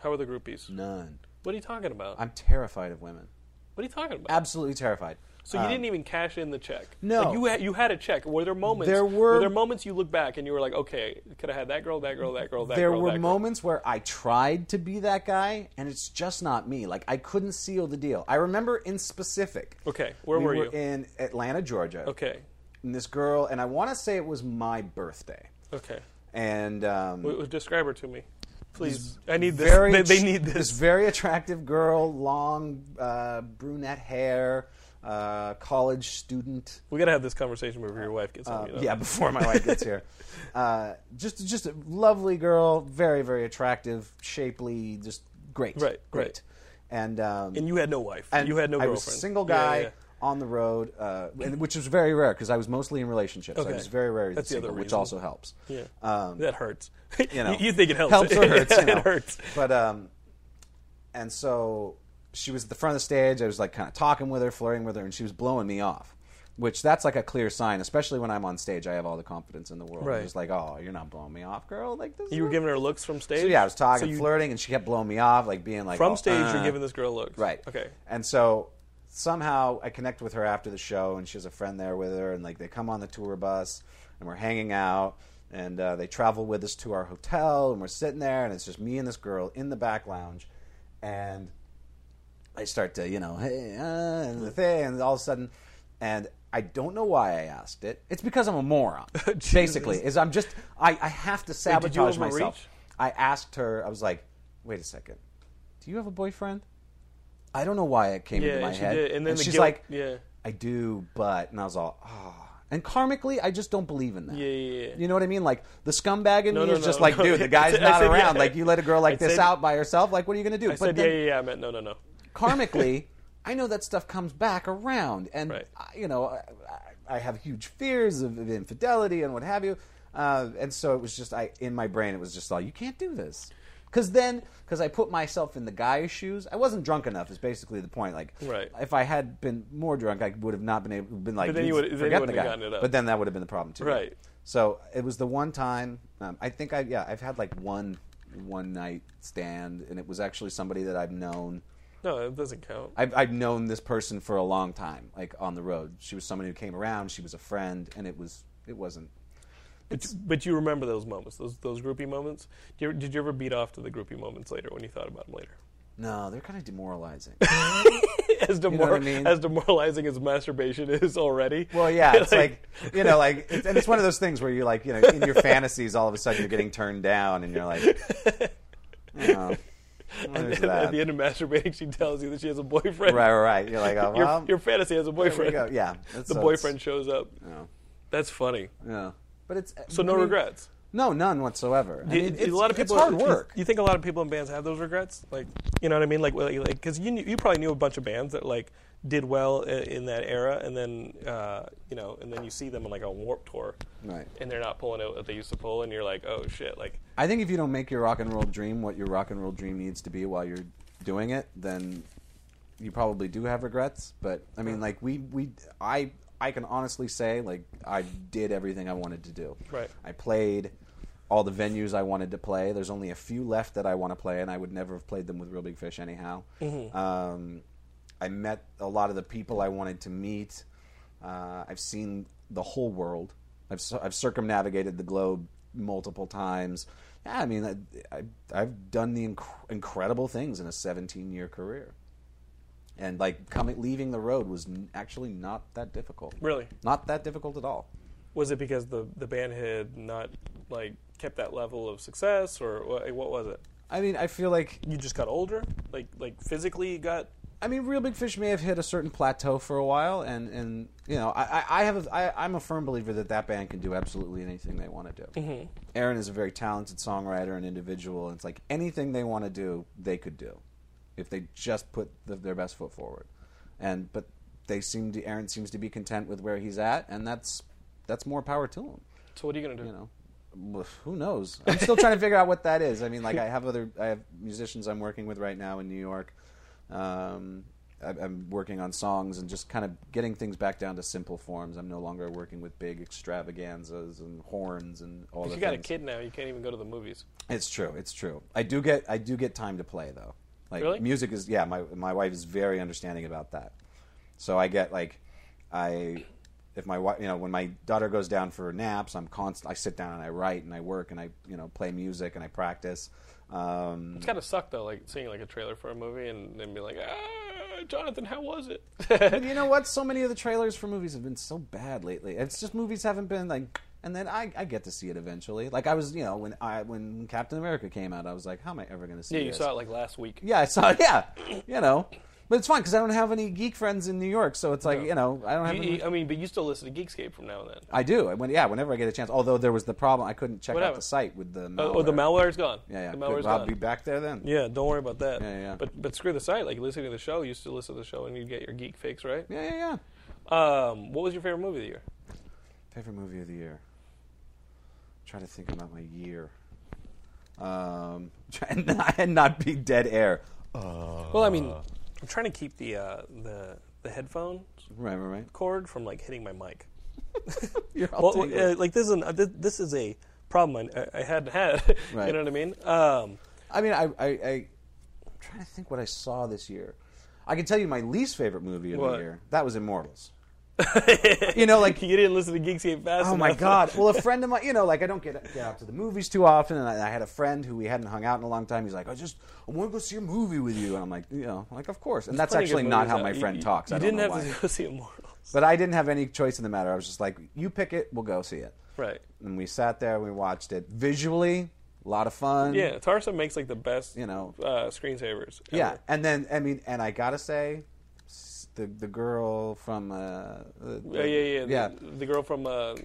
Speaker 5: How were the groupies?
Speaker 7: none.
Speaker 5: What are you talking about?
Speaker 7: I'm terrified of women.
Speaker 5: what are you talking about?
Speaker 7: Absolutely terrified.
Speaker 5: so you didn't even cash in the check.
Speaker 7: no.
Speaker 5: Like, you had, you had a check. Were there moments?
Speaker 7: There were-
Speaker 5: there moments you look back and you were like, okay, could I had that girl, that girl, that girl, that
Speaker 7: There
Speaker 5: girl,
Speaker 7: were
Speaker 5: that girl.
Speaker 7: moments where I tried to be that guy, and it's just not me. Like I couldn't seal the deal. I remember in specific.
Speaker 5: Okay, where
Speaker 7: we
Speaker 5: were
Speaker 7: were
Speaker 5: you?
Speaker 7: In Atlanta, Georgia.
Speaker 5: Okay,
Speaker 7: And this girl, and I want to say it was my birthday,
Speaker 5: okay.
Speaker 7: and um,
Speaker 5: W- Describe her to me, please. I need this.
Speaker 7: very
Speaker 5: They, they
Speaker 7: attr-
Speaker 5: need this.
Speaker 7: very attractive girl, long uh, brunette hair, uh, college student. uh,
Speaker 5: We gotta have this conversation before your wife gets home. you know?
Speaker 7: Yeah, before my wife gets here. Uh, just just a lovely girl, very very attractive, shapely, just great.
Speaker 5: Right,
Speaker 7: great.
Speaker 5: right.
Speaker 7: And um,
Speaker 5: And you had no wife.
Speaker 7: and
Speaker 5: you had no
Speaker 7: I
Speaker 5: girlfriend.
Speaker 7: was a single
Speaker 5: Yeah,
Speaker 7: guy
Speaker 5: yeah, yeah.
Speaker 7: on the road, uh, and, which was very rare because I was mostly in relationships.
Speaker 5: Okay.
Speaker 7: I was very rare.
Speaker 5: That's the other
Speaker 7: single, which
Speaker 5: reason.
Speaker 7: also helps.
Speaker 5: Yeah.
Speaker 7: Um,
Speaker 5: that hurts.
Speaker 7: you know,
Speaker 5: you, think it helps?
Speaker 7: or hurts?
Speaker 5: Yeah,
Speaker 7: you know.
Speaker 5: It hurts.
Speaker 7: But um, and so she was at the front of the stage. I was like kind of talking with her, flirting with her, and she was blowing me off. Which that's like a clear sign, especially when I'm on stage. I have all the confidence in the world.
Speaker 5: Right.
Speaker 7: It's like, oh, you're not blowing me off, girl. Like this.
Speaker 5: You were
Speaker 7: is-
Speaker 5: giving her looks from stage.
Speaker 7: So, yeah, I was talking,
Speaker 5: So you-
Speaker 7: flirting, and she kept blowing me off, like being like
Speaker 5: From
Speaker 7: oh,
Speaker 5: stage,
Speaker 7: uh,
Speaker 5: you're giving this girl looks.
Speaker 7: Right.
Speaker 5: Okay.
Speaker 7: And so somehow I connect with her after the show, and she has a friend there with her, and like they come on the tour bus, and we're hanging out, and uh, they travel with us to our hotel, and we're sitting there, and it's just me and this girl in the back lounge, and I start to you know hey uh, and the thing, and all of a sudden, and. I don't know why I asked it. It's because I'm a moron. basically, is I'm just I, I have to
Speaker 5: did
Speaker 7: sabotage
Speaker 5: you overreach?
Speaker 7: myself. I asked her. I was like, "Wait a second, do you have a boyfriend?" I don't know why it came
Speaker 5: Yeah,
Speaker 7: into my
Speaker 5: and she
Speaker 7: head.
Speaker 5: did, and then the
Speaker 7: she's
Speaker 5: guilt-
Speaker 7: like,
Speaker 5: yeah.
Speaker 7: I do, but and I was all, ah. And karmically, I just don't believe in that.
Speaker 5: Yeah, yeah, yeah.
Speaker 7: You know what I mean? Like the scumbag in
Speaker 5: No,
Speaker 7: me
Speaker 5: no,
Speaker 7: is just
Speaker 5: no,
Speaker 7: like,
Speaker 5: no.
Speaker 7: dude, the guy's
Speaker 5: I
Speaker 7: not
Speaker 5: said,
Speaker 7: around.
Speaker 5: yeah.
Speaker 7: Like you let a girl like
Speaker 5: I
Speaker 7: this
Speaker 5: said-
Speaker 7: out by herself. Like what are you gonna do?
Speaker 5: I said yeah, yeah, yeah. I meant no, no, no.
Speaker 7: karmically, I know that stuff comes back around, and
Speaker 5: Right.
Speaker 7: I- you know, I, I- I have huge fears of, of infidelity and what have you. Uh, and so it was just, I in my brain, it was just all, you can't do this. Because then, because I put myself in the guy's shoes, I wasn't drunk enough. Is basically the point. Like,
Speaker 5: Right.
Speaker 7: if I had been more drunk, I would have not been able, been like,
Speaker 5: But then you would- then
Speaker 7: "Dude,
Speaker 5: you
Speaker 7: forget the
Speaker 5: wouldn't
Speaker 7: guy.
Speaker 5: have gotten it up.
Speaker 7: But then that would have been the problem too.
Speaker 5: Right.
Speaker 7: So it was the one time. Um, I think I yeah I've had like one one night stand, and it was actually somebody that I've known.
Speaker 5: No, it doesn't count.
Speaker 7: I've, I've known this person for a long time, like on the road. She was somebody who came around. She was a friend, and it was it wasn't.
Speaker 5: But you, but you remember those moments, those those groupie moments. Did you, did you ever beat off to the groupie moments later when you thought about them later?
Speaker 7: No, they're kind of demoralizing.
Speaker 5: As, demor-
Speaker 7: know what I mean?
Speaker 5: as demoralizing as masturbation is already.
Speaker 7: well, yeah, it's like, you know, like, it's, and it's one of those things where you're like, you know, in your fantasies, all of a sudden you're getting turned down, and you're like, oh, well, there's
Speaker 5: at
Speaker 7: that.
Speaker 5: the
Speaker 7: Right,
Speaker 5: end of masturbating, she tells you that she has a boyfriend.
Speaker 7: right, right. You're like, oh,
Speaker 5: Your,
Speaker 7: well,
Speaker 5: your fantasy has a boyfriend.
Speaker 7: go. Yeah, that's-
Speaker 5: the
Speaker 7: so
Speaker 5: boyfriend
Speaker 7: it's-
Speaker 5: shows up. That's funny.
Speaker 7: yeah. But it's
Speaker 5: So no
Speaker 7: I mean,
Speaker 5: regrets.
Speaker 7: No, none whatsoever. I
Speaker 5: Do you-
Speaker 7: mean,
Speaker 5: do
Speaker 7: it's,
Speaker 5: a lot of people
Speaker 7: it's hard
Speaker 5: you-
Speaker 7: work.
Speaker 5: You, think a lot of people in bands have those regrets? Like, you know what I mean? Like, because like, 'cause you knew, you probably knew a bunch of bands that like did well i- in that era, and then uh, you know, and then you see them on like a Warp Tour,
Speaker 7: Right.
Speaker 5: And they're not pulling out what they used to pull, and you're like, oh shit, like
Speaker 7: I think if you don't make your rock and roll dream what your rock and roll dream needs to be while you're doing it, then you probably do have regrets. But I mean, like we we I I can honestly say like I did everything I wanted to do.
Speaker 5: Right.
Speaker 7: I played all the venues I wanted to play. There's only a few left that I want to play, and I would never have played them with Real Big Fish anyhow. Um, I met a lot of the people I wanted to meet. Uh, I've seen the whole world. I've, cir- I've circumnavigated the globe multiple times. Yeah, I mean, I, I, I've done the inc- incredible things in a 17 year career. And like coming, leaving the road was n- actually not that difficult.
Speaker 5: Really?
Speaker 7: not that difficult at all.
Speaker 5: was it because the the band had not like kept that level of success, or what, what was it?
Speaker 7: I mean, I feel like
Speaker 5: You just got older, like like physically you got.
Speaker 7: I mean, Real Big Fish may have hit a certain plateau for a while, and, and you know, I, I- I have a, I, I'm a firm believer that that band can do absolutely anything they want to do. Aaron is a very talented songwriter and individual, and it's like anything they want to do, they could do, if they just put the, their best foot forward. And but they seem to Aaron seems to be content with where he's at, and that's that's more power to him.
Speaker 5: So what are you gonna do?
Speaker 7: You know. Well, Who knows? I'm still trying to figure out what that is. I mean, like I have other, I have musicians I'm working with right now in New York. Um, I, I'm working on songs and just kind of getting things back down to simple forms. I'm no longer working with big extravaganzas and horns and all
Speaker 5: If
Speaker 7: the
Speaker 5: you got a
Speaker 7: things.
Speaker 5: kid now, you can't even go to the movies.
Speaker 7: It's true. It's true. I do get I do get time to play though. Like
Speaker 5: Really?
Speaker 7: music is yeah. My my wife is very understanding about that. So I get like I if my wife you know when my daughter goes down for naps, I'm constant. I sit down and I write and I work and I you know play music and I practice. Um,
Speaker 5: It's kind of sucked though, like seeing like a trailer for a movie and then be like, ah, Jonathan, how was it?
Speaker 7: but you know what? So many of the trailers for movies have been so bad lately. It's just movies haven't been like. And then I, I get to see it eventually. Like I was, you know, when I when Captain America came out, I was like, how am I ever going to see?
Speaker 5: yeah, you
Speaker 7: this?
Speaker 5: saw it like last week.
Speaker 7: Yeah, I saw. Yeah, you know, but it's fine because I don't have any geek friends in New York, so it's like you know I don't have.
Speaker 5: You-
Speaker 7: any,
Speaker 5: you- I mean, but you still listen to Geekscape from now and then.
Speaker 7: I do. I went, yeah, whenever I get a chance. Although there was the problem, I couldn't check
Speaker 5: What
Speaker 7: out the
Speaker 5: happened?
Speaker 7: site with the. Malware.
Speaker 5: Oh, the malware's gone.
Speaker 7: Yeah, yeah.
Speaker 5: the
Speaker 7: Good.
Speaker 5: malware's
Speaker 7: I'll
Speaker 5: gone.
Speaker 7: be back there then.
Speaker 5: Yeah, don't worry about that.
Speaker 7: Yeah, yeah, yeah.
Speaker 5: But but screw the site. Like listening to the show, you used to listen to the show and you'd get your geek fix, right?
Speaker 7: yeah, yeah, yeah.
Speaker 5: Um, what was your favorite movie of the year?
Speaker 7: Favorite movie of the year. Try to think about my year. Um, try and not, and not be dead air. Uh,
Speaker 5: well, I mean, I'm trying to keep the uh, the the headphone
Speaker 7: Right, right, right.
Speaker 5: cord from like hitting my mic.
Speaker 7: You're all
Speaker 5: Well,
Speaker 7: tangled.
Speaker 5: uh, like this is an, uh, this, this is a problem I, I, I hadn't had.
Speaker 7: Right.
Speaker 5: You know what I mean? Um,
Speaker 7: I mean, I, I, I, I'm trying to think what I saw this year. I can tell you my least favorite movie of
Speaker 5: What?
Speaker 7: the year. That was Immortals. you know, like
Speaker 5: you didn't listen to Geekscape fast
Speaker 7: Oh my
Speaker 5: enough.
Speaker 7: god! Well, a friend of mine, you know, like I don't get get out to the movies too often, and I, I had a friend who we hadn't hung out in a long time. He's like, "I just I want to go see a movie with you," and I'm like, "You know, like of course." And that's
Speaker 5: Plenty
Speaker 7: actually
Speaker 5: good
Speaker 7: not
Speaker 5: movies
Speaker 7: how
Speaker 5: out.
Speaker 7: my
Speaker 5: You-
Speaker 7: friend
Speaker 5: you-
Speaker 7: talks.
Speaker 5: You
Speaker 7: I don't
Speaker 5: didn't
Speaker 7: know
Speaker 5: have
Speaker 7: why.
Speaker 5: to go see Immortals.
Speaker 7: But I didn't have any choice in the matter. I was just like, "You pick it, we'll go see it."
Speaker 5: Right.
Speaker 7: And we sat there, we watched it. Visually, a lot of fun.
Speaker 5: Yeah, Tarsa makes like the best,
Speaker 7: You know.
Speaker 5: uh, screensavers. ever.
Speaker 7: Yeah, and then I mean, and I gotta say, s- the the girl from uh, the,
Speaker 5: Uh, yeah, yeah, yeah.
Speaker 7: yeah
Speaker 5: The, the girl from uh,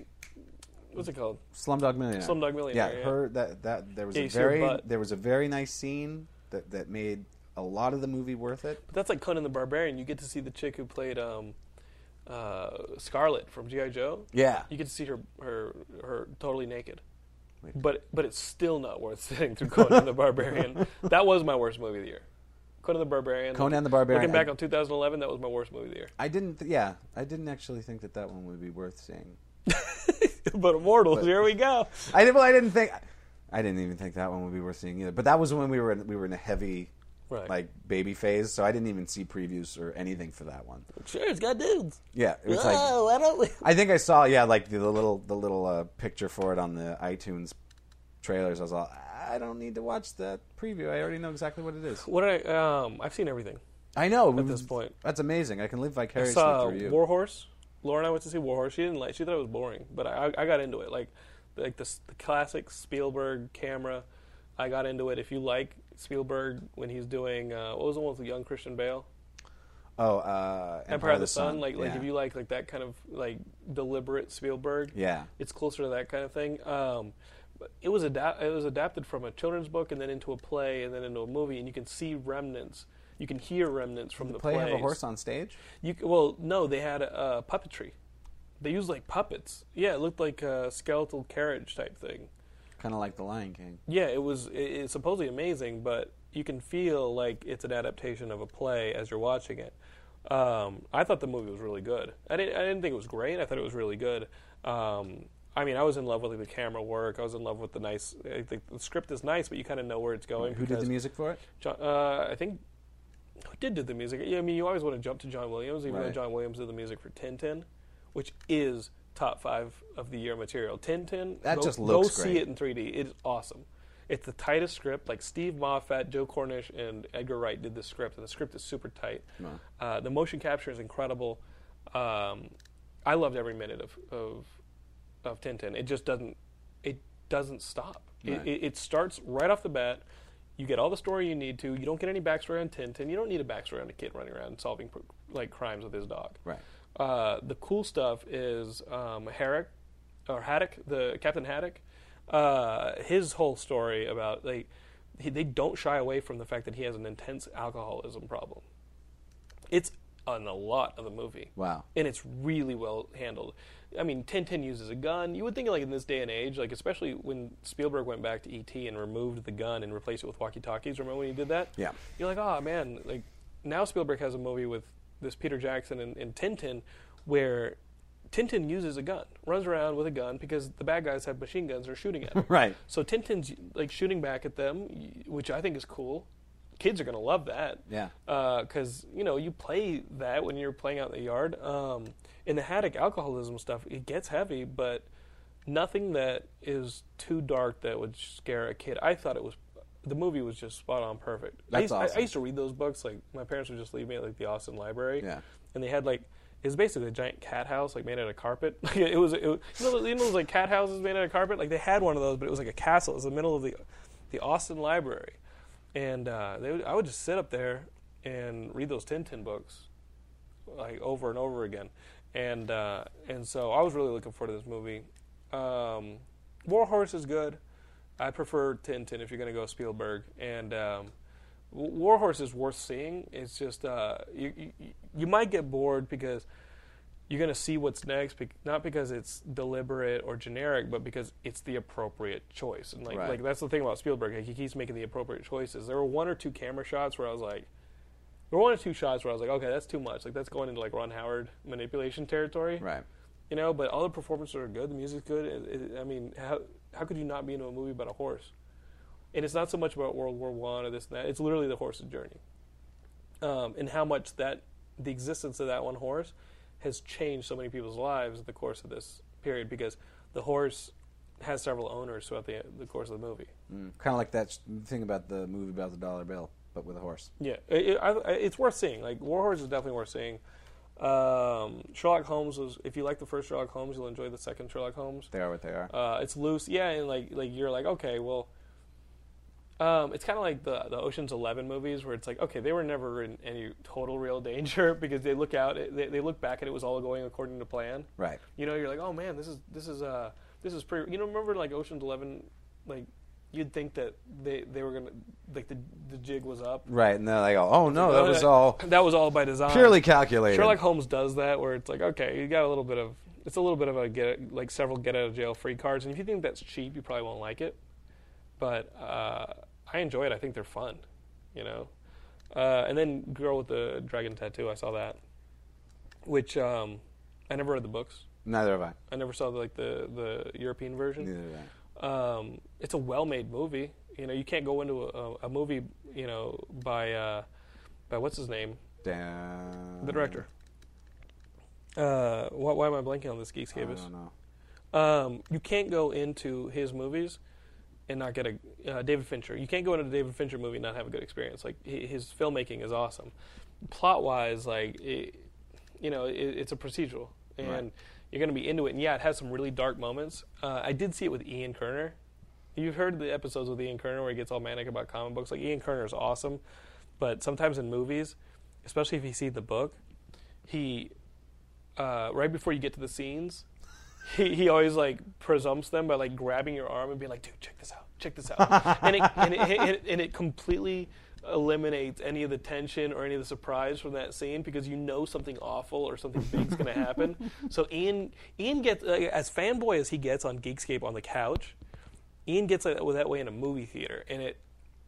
Speaker 5: what's it called?
Speaker 7: Slumdog Millionaire.
Speaker 5: Slumdog Millionaire,
Speaker 7: Yeah,
Speaker 5: yeah.
Speaker 7: her that that there was
Speaker 5: Yeah,
Speaker 7: a
Speaker 5: you see her
Speaker 7: very
Speaker 5: butt.
Speaker 7: there was a very nice scene that that made a lot of the movie worth it.
Speaker 5: That's like Conan the Barbarian. You get to see the chick who played um, uh, Scarlet from GI Joe.
Speaker 7: Yeah.
Speaker 5: You get to see her her her totally naked. But but it's still not worth sitting through Conan the Barbarian. That was my worst movie of the year. Conan the Barbarian.
Speaker 7: Conan the Barbarian.
Speaker 5: Looking back
Speaker 7: I-
Speaker 5: on 2011, that was my worst movie of the year.
Speaker 7: I didn't. Th- yeah, I didn't actually think that that one would be worth seeing.
Speaker 5: but Immortals, here we go.
Speaker 7: I didn't. Well, I didn't think. I didn't even think that one would be worth seeing either. But that was when we were in, we were in a heavy,
Speaker 5: Right.
Speaker 7: like baby phase. So I didn't even see previews or anything for that one.
Speaker 5: Sure, it's got dudes.
Speaker 7: Yeah, it was like
Speaker 2: Oh, I don't.
Speaker 7: I think I saw yeah like the, the little the little uh, picture for it on the iTunes trailers. I was all I don't need to watch that preview. I already know exactly what it is.
Speaker 5: What did I? Um, I've seen everything.
Speaker 7: I know
Speaker 5: At this point.
Speaker 7: That's amazing. I can live
Speaker 5: I
Speaker 7: vicariously
Speaker 5: saw
Speaker 7: through you.
Speaker 5: Warhorse. Laura and I went to see Warhorse. She didn't like. She thought it was boring, but I, I got into it. Like, like the, s- the classic Spielberg camera. I got into it. If you like Spielberg when he's doing uh, what was the one with young Christian Bale,
Speaker 7: oh, uh, Empire,
Speaker 5: Empire of the Sun. Like, like
Speaker 7: yeah.
Speaker 5: if you like like that kind of like deliberate Spielberg.
Speaker 7: Yeah.
Speaker 5: it's closer to that kind of thing. Um, but it was adap- it was adapted from a children's book and then into a play and then into a movie, and you can see remnants. You can hear remnants from the,
Speaker 7: play have a
Speaker 5: plays.
Speaker 7: horse on stage.
Speaker 5: You c- well, no, they had uh, puppetry. They used like puppets. Yeah, it looked like a skeletal carriage type thing.
Speaker 7: Kind of like the Lion King.
Speaker 5: Yeah, it was. It, it's supposedly amazing, but you can feel like it's an adaptation of a play as you're watching it. Um, I thought the movie was really good. I didn't. I didn't think it was great. I thought it was really good. Um, I mean, I was in love with like, the camera work. I was in love with the nice. I think the script is nice, but you kind of know where it's going.
Speaker 7: Who did
Speaker 5: because-
Speaker 7: the music for it?
Speaker 5: John, uh, I think who did do the music? Yeah, I mean, you always want to jump to John Williams, even though
Speaker 7: Right.
Speaker 5: John Williams did the music for Tintin, which is top five of the year material. Tintin,
Speaker 7: That
Speaker 5: go,
Speaker 7: just
Speaker 5: go
Speaker 7: looks
Speaker 5: see
Speaker 7: great.
Speaker 5: it in 3D. It's awesome. It's the tightest script. Like Steve Moffat, Joe Cornish, and Edgar Wright did the script, and the script is super tight. Uh, the motion capture is incredible. Um, I loved every minute of, of of Tintin. It just doesn't it doesn't stop. It, it, it starts right off the bat. You get all the story you need to. You don't get any backstory on Tintin. You don't need a backstory on a kid running around and solving pr- like crimes with his dog.
Speaker 7: Right.
Speaker 5: Uh, the cool stuff is um, Herrick or Haddock, the Captain Haddock. Uh, his whole story about like he, they don't shy away from the fact that he has an intense alcoholism problem. It's on a lot of the movie.
Speaker 7: Wow.
Speaker 5: And it's really well handled. I mean, Tintin uses a gun. You would think, like in this day and age, like especially when Spielberg went back to ET and removed the gun and replaced it with walkie-talkies. Remember when he did that?
Speaker 7: Yeah.
Speaker 5: You're like, oh man, like now Spielberg has a movie with this Peter Jackson and, and Tintin, where Tintin uses a gun, runs around with a gun because the bad guys have machine guns and are shooting at him.
Speaker 7: Right.
Speaker 5: So Tintin's like shooting back at them, y- which I think is cool. Kids are gonna love that.
Speaker 7: Yeah.
Speaker 5: Because you know you play that when you're playing out in the yard. Um, in the haddock alcoholism stuff, it gets heavy, but nothing that is too dark that would scare a kid. I thought it was. The movie was just spot on perfect. I
Speaker 7: That's
Speaker 5: used, I- I,
Speaker 7: awesome.
Speaker 5: used to read those books. Like my parents would just leave me at like the Austin Library.
Speaker 7: Yeah.
Speaker 5: And they had like it was basically a giant cat house like made out of carpet. Like it was, it was you, know, you know those like cat houses made out of carpet. Like they had one of those, but it was like a castle. It was in the middle of the the Austin Library, and uh, they would, I would just sit up there and read those Tintin books like over and over again, and uh, and so I was really looking forward to this movie. Um, War Horse is good. I prefer Tintin if you're going to go Spielberg, and um, W- War Horse is worth seeing. It's just uh, you, you you might get bored because you're going to see what's next, bec- not because it's deliberate or generic, but because it's the appropriate choice. And like
Speaker 7: Right.
Speaker 5: like that's the thing about Spielberg; like, he keeps making the appropriate choices. There were one or two camera shots where I was like. There were one or two shots where I was like, okay, that's too much. Like that's going into like Ron Howard manipulation territory.
Speaker 7: Right.
Speaker 5: You know, but all the performances are good. The music's good. It, it, I mean, how how could you not be into a movie about a horse? And it's not so much about World War One or this and that. It's literally the horse's journey, um, and how much that the existence of that one horse has changed so many people's lives in the course of this period because the horse has several owners throughout the the course of the movie.
Speaker 7: Kind of Mm. like that sh- thing about the movie about the dollar bill, but with a horse.
Speaker 5: Yeah, it, it, I, I- it's worth seeing. Like War Horse is definitely worth seeing. Um, Sherlock Holmes was. If you like the first Sherlock Holmes, you'll enjoy the second Sherlock Holmes.
Speaker 7: They are what they are.
Speaker 5: Uh, it's loose, yeah, and like like you're like okay, well, um, it's kind of like the the Ocean's Eleven movies where it's like okay, they were never in any total real danger because they look out, they, they look back and it was all going according to plan.
Speaker 7: Right.
Speaker 5: You know, you're like oh man, this is this is uh this is pretty. You know, remember like Ocean's Eleven, like you'd think that they they were gonna like the the jig was up.
Speaker 7: right. And they're like, oh no, that was all
Speaker 5: Uh, That was all by design.
Speaker 7: purely calculated.
Speaker 5: Sherlock Holmes does that where it's like okay, you got a little bit of It's a little bit of a get like several get out of jail free cards, and if you think that's cheap, you probably won't like it. But uh, I enjoy it. I think they're fun, you know. Uh, and then Girl with the Dragon Tattoo, I saw that, which um, I never read the books.
Speaker 7: Neither have I.
Speaker 5: I never saw the, like the the European version.
Speaker 7: Neither have I.
Speaker 5: um, it's a well-made movie. You know, you can't go into a, a movie, you know, by uh, by what's his name,
Speaker 7: Damn.
Speaker 5: the director. Uh, why, why am I blanking on this Geeks
Speaker 7: I
Speaker 5: Cabus?
Speaker 7: don't know.
Speaker 5: Um, you can't go into his movies and not get a uh, David Fincher. You can't go into a David Fincher movie and not have a good experience. Like hi- his filmmaking is awesome. Plot wise, like it, you know, it, it's a procedural, and you're going to be into it. And yeah, it has some really dark moments. Uh, I did see it with Ian Kerner. You've heard the episodes with Ian Kerner where he gets all manic about comic books. Like Ian Kerner is awesome, but sometimes in movies, especially if you see the book, he uh, right before you get to the scenes, he, he always like presumpts them by like grabbing your arm and being like, dude, check this out, check this out, and it and it, it and it completely eliminates any of the tension or any of the surprise from that scene because you know something awful or something big's going to happen. So Ian Ian gets like, as fanboy as he gets on Geekscape on the couch. Ian gets like that way in a movie theater, and it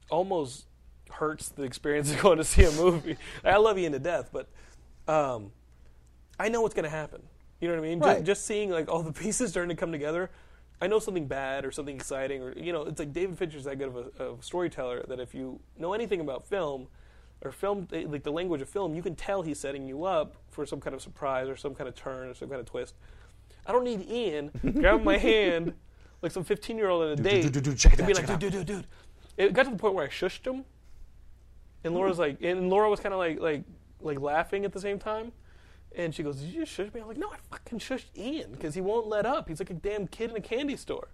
Speaker 5: almost hurts the experience of going to see a movie. I love Ian to death, but um, I know what's going to happen. You know what I mean? Ju-
Speaker 7: Right.
Speaker 5: Just, seeing like all the pieces starting to come together, I know something bad or something exciting, or you know, it's like David Fincher's that good of a, of a storyteller that if you know anything about film or film eh, like the language of film, you can tell he's setting you up for some kind of surprise or some kind of turn or some kind of twist. I don't need Ian grabbing my hand like some 15 year old on a date
Speaker 7: dude, dude, dude, check it
Speaker 5: and
Speaker 7: out,
Speaker 5: be
Speaker 7: check
Speaker 5: like, dude, dude, dude, dude. It got to the point where I shushed him, and Laura's like, and Laura was kind of like, like, like laughing at the same time, and she goes, "Did you just shush me?" I'm like, "No, I fucking shushed Ian because he won't let up. He's like a damn kid in a candy store.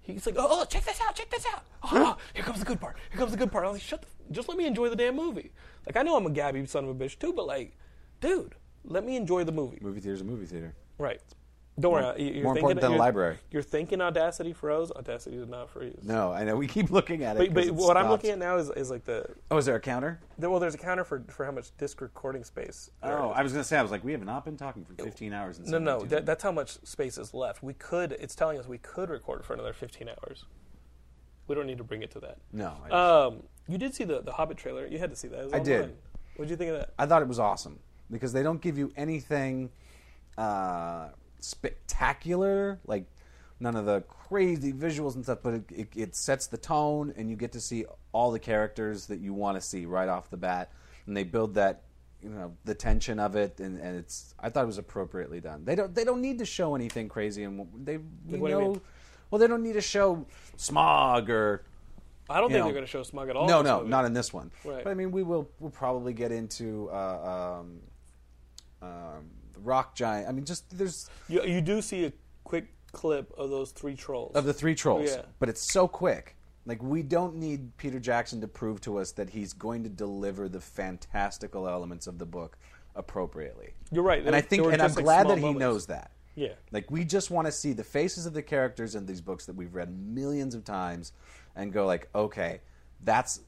Speaker 5: He's like, oh, oh, check this out, check this out. Oh, here comes the good part. Here comes the good part." I'm like, "Shut the, just let me enjoy the damn movie. Like, I know I'm a Gabby son of a bitch too, but like, dude, let me enjoy the movie.
Speaker 7: Movie theater's a movie theater.
Speaker 5: Right." Don't
Speaker 7: More-
Speaker 5: worry. you- You're
Speaker 7: more
Speaker 5: thinking,
Speaker 7: important than a
Speaker 5: you're-
Speaker 7: library.
Speaker 5: You're thinking Audacity froze. Audacity did not freeze.
Speaker 7: No, I know. We keep looking at it.
Speaker 5: But,
Speaker 7: 'cause
Speaker 5: but
Speaker 7: it
Speaker 5: what I'm
Speaker 7: stops.
Speaker 5: looking at now is, is like the,
Speaker 7: Oh, is there a counter?
Speaker 5: the well, there's a counter for, for how much disc recording space. there
Speaker 7: Oh,
Speaker 5: is.
Speaker 7: I was going to say, I was like, we have not been talking for 15 hours. And
Speaker 5: no, no,
Speaker 7: 72
Speaker 5: that, that's how much space is left. We could. It's telling us we could record for another 15 hours. We don't need to bring it to that.
Speaker 7: No, I,
Speaker 5: Um, you did see the the Hobbit trailer. You had to see that. It was
Speaker 7: I did.
Speaker 5: online. What did you think of that?
Speaker 7: I thought it was awesome because they don't give you anything uh, spectacular, like none of the crazy visuals and stuff, but it, it, it sets the tone and you get to see all the characters that you want to see right off the bat. And they build that, you know, the tension of it, and, and it's. I thought it was appropriately done. They don't. They don't need to show anything crazy, and they. We
Speaker 5: What do you
Speaker 7: know,
Speaker 5: mean?
Speaker 7: Well, they don't need to show smog or
Speaker 5: I don't
Speaker 7: you
Speaker 5: think
Speaker 7: know,
Speaker 5: they're going to show smug at all.
Speaker 7: No,
Speaker 5: in this
Speaker 7: no,
Speaker 5: movie.
Speaker 7: not in this one.
Speaker 5: Right.
Speaker 7: But I mean, we will. We'll probably get into uh, um, um, the rock giant. I mean, just there's
Speaker 5: You, you do see a quick clip of those three trolls.
Speaker 7: of the three trolls,
Speaker 5: Yeah.
Speaker 7: but it's so quick. Like we don't need Peter Jackson to prove to us that he's going to deliver the fantastical elements of the book appropriately.
Speaker 5: You're right.
Speaker 7: and
Speaker 5: They-
Speaker 7: I
Speaker 5: they
Speaker 7: think,
Speaker 5: were
Speaker 7: and I'm
Speaker 5: just, like,
Speaker 7: glad
Speaker 5: small
Speaker 7: that he
Speaker 5: moments.
Speaker 7: knows that.
Speaker 5: Yeah.
Speaker 7: Like we just want to see the faces of the characters in these books that we've read millions of times, and go like, okay, that's,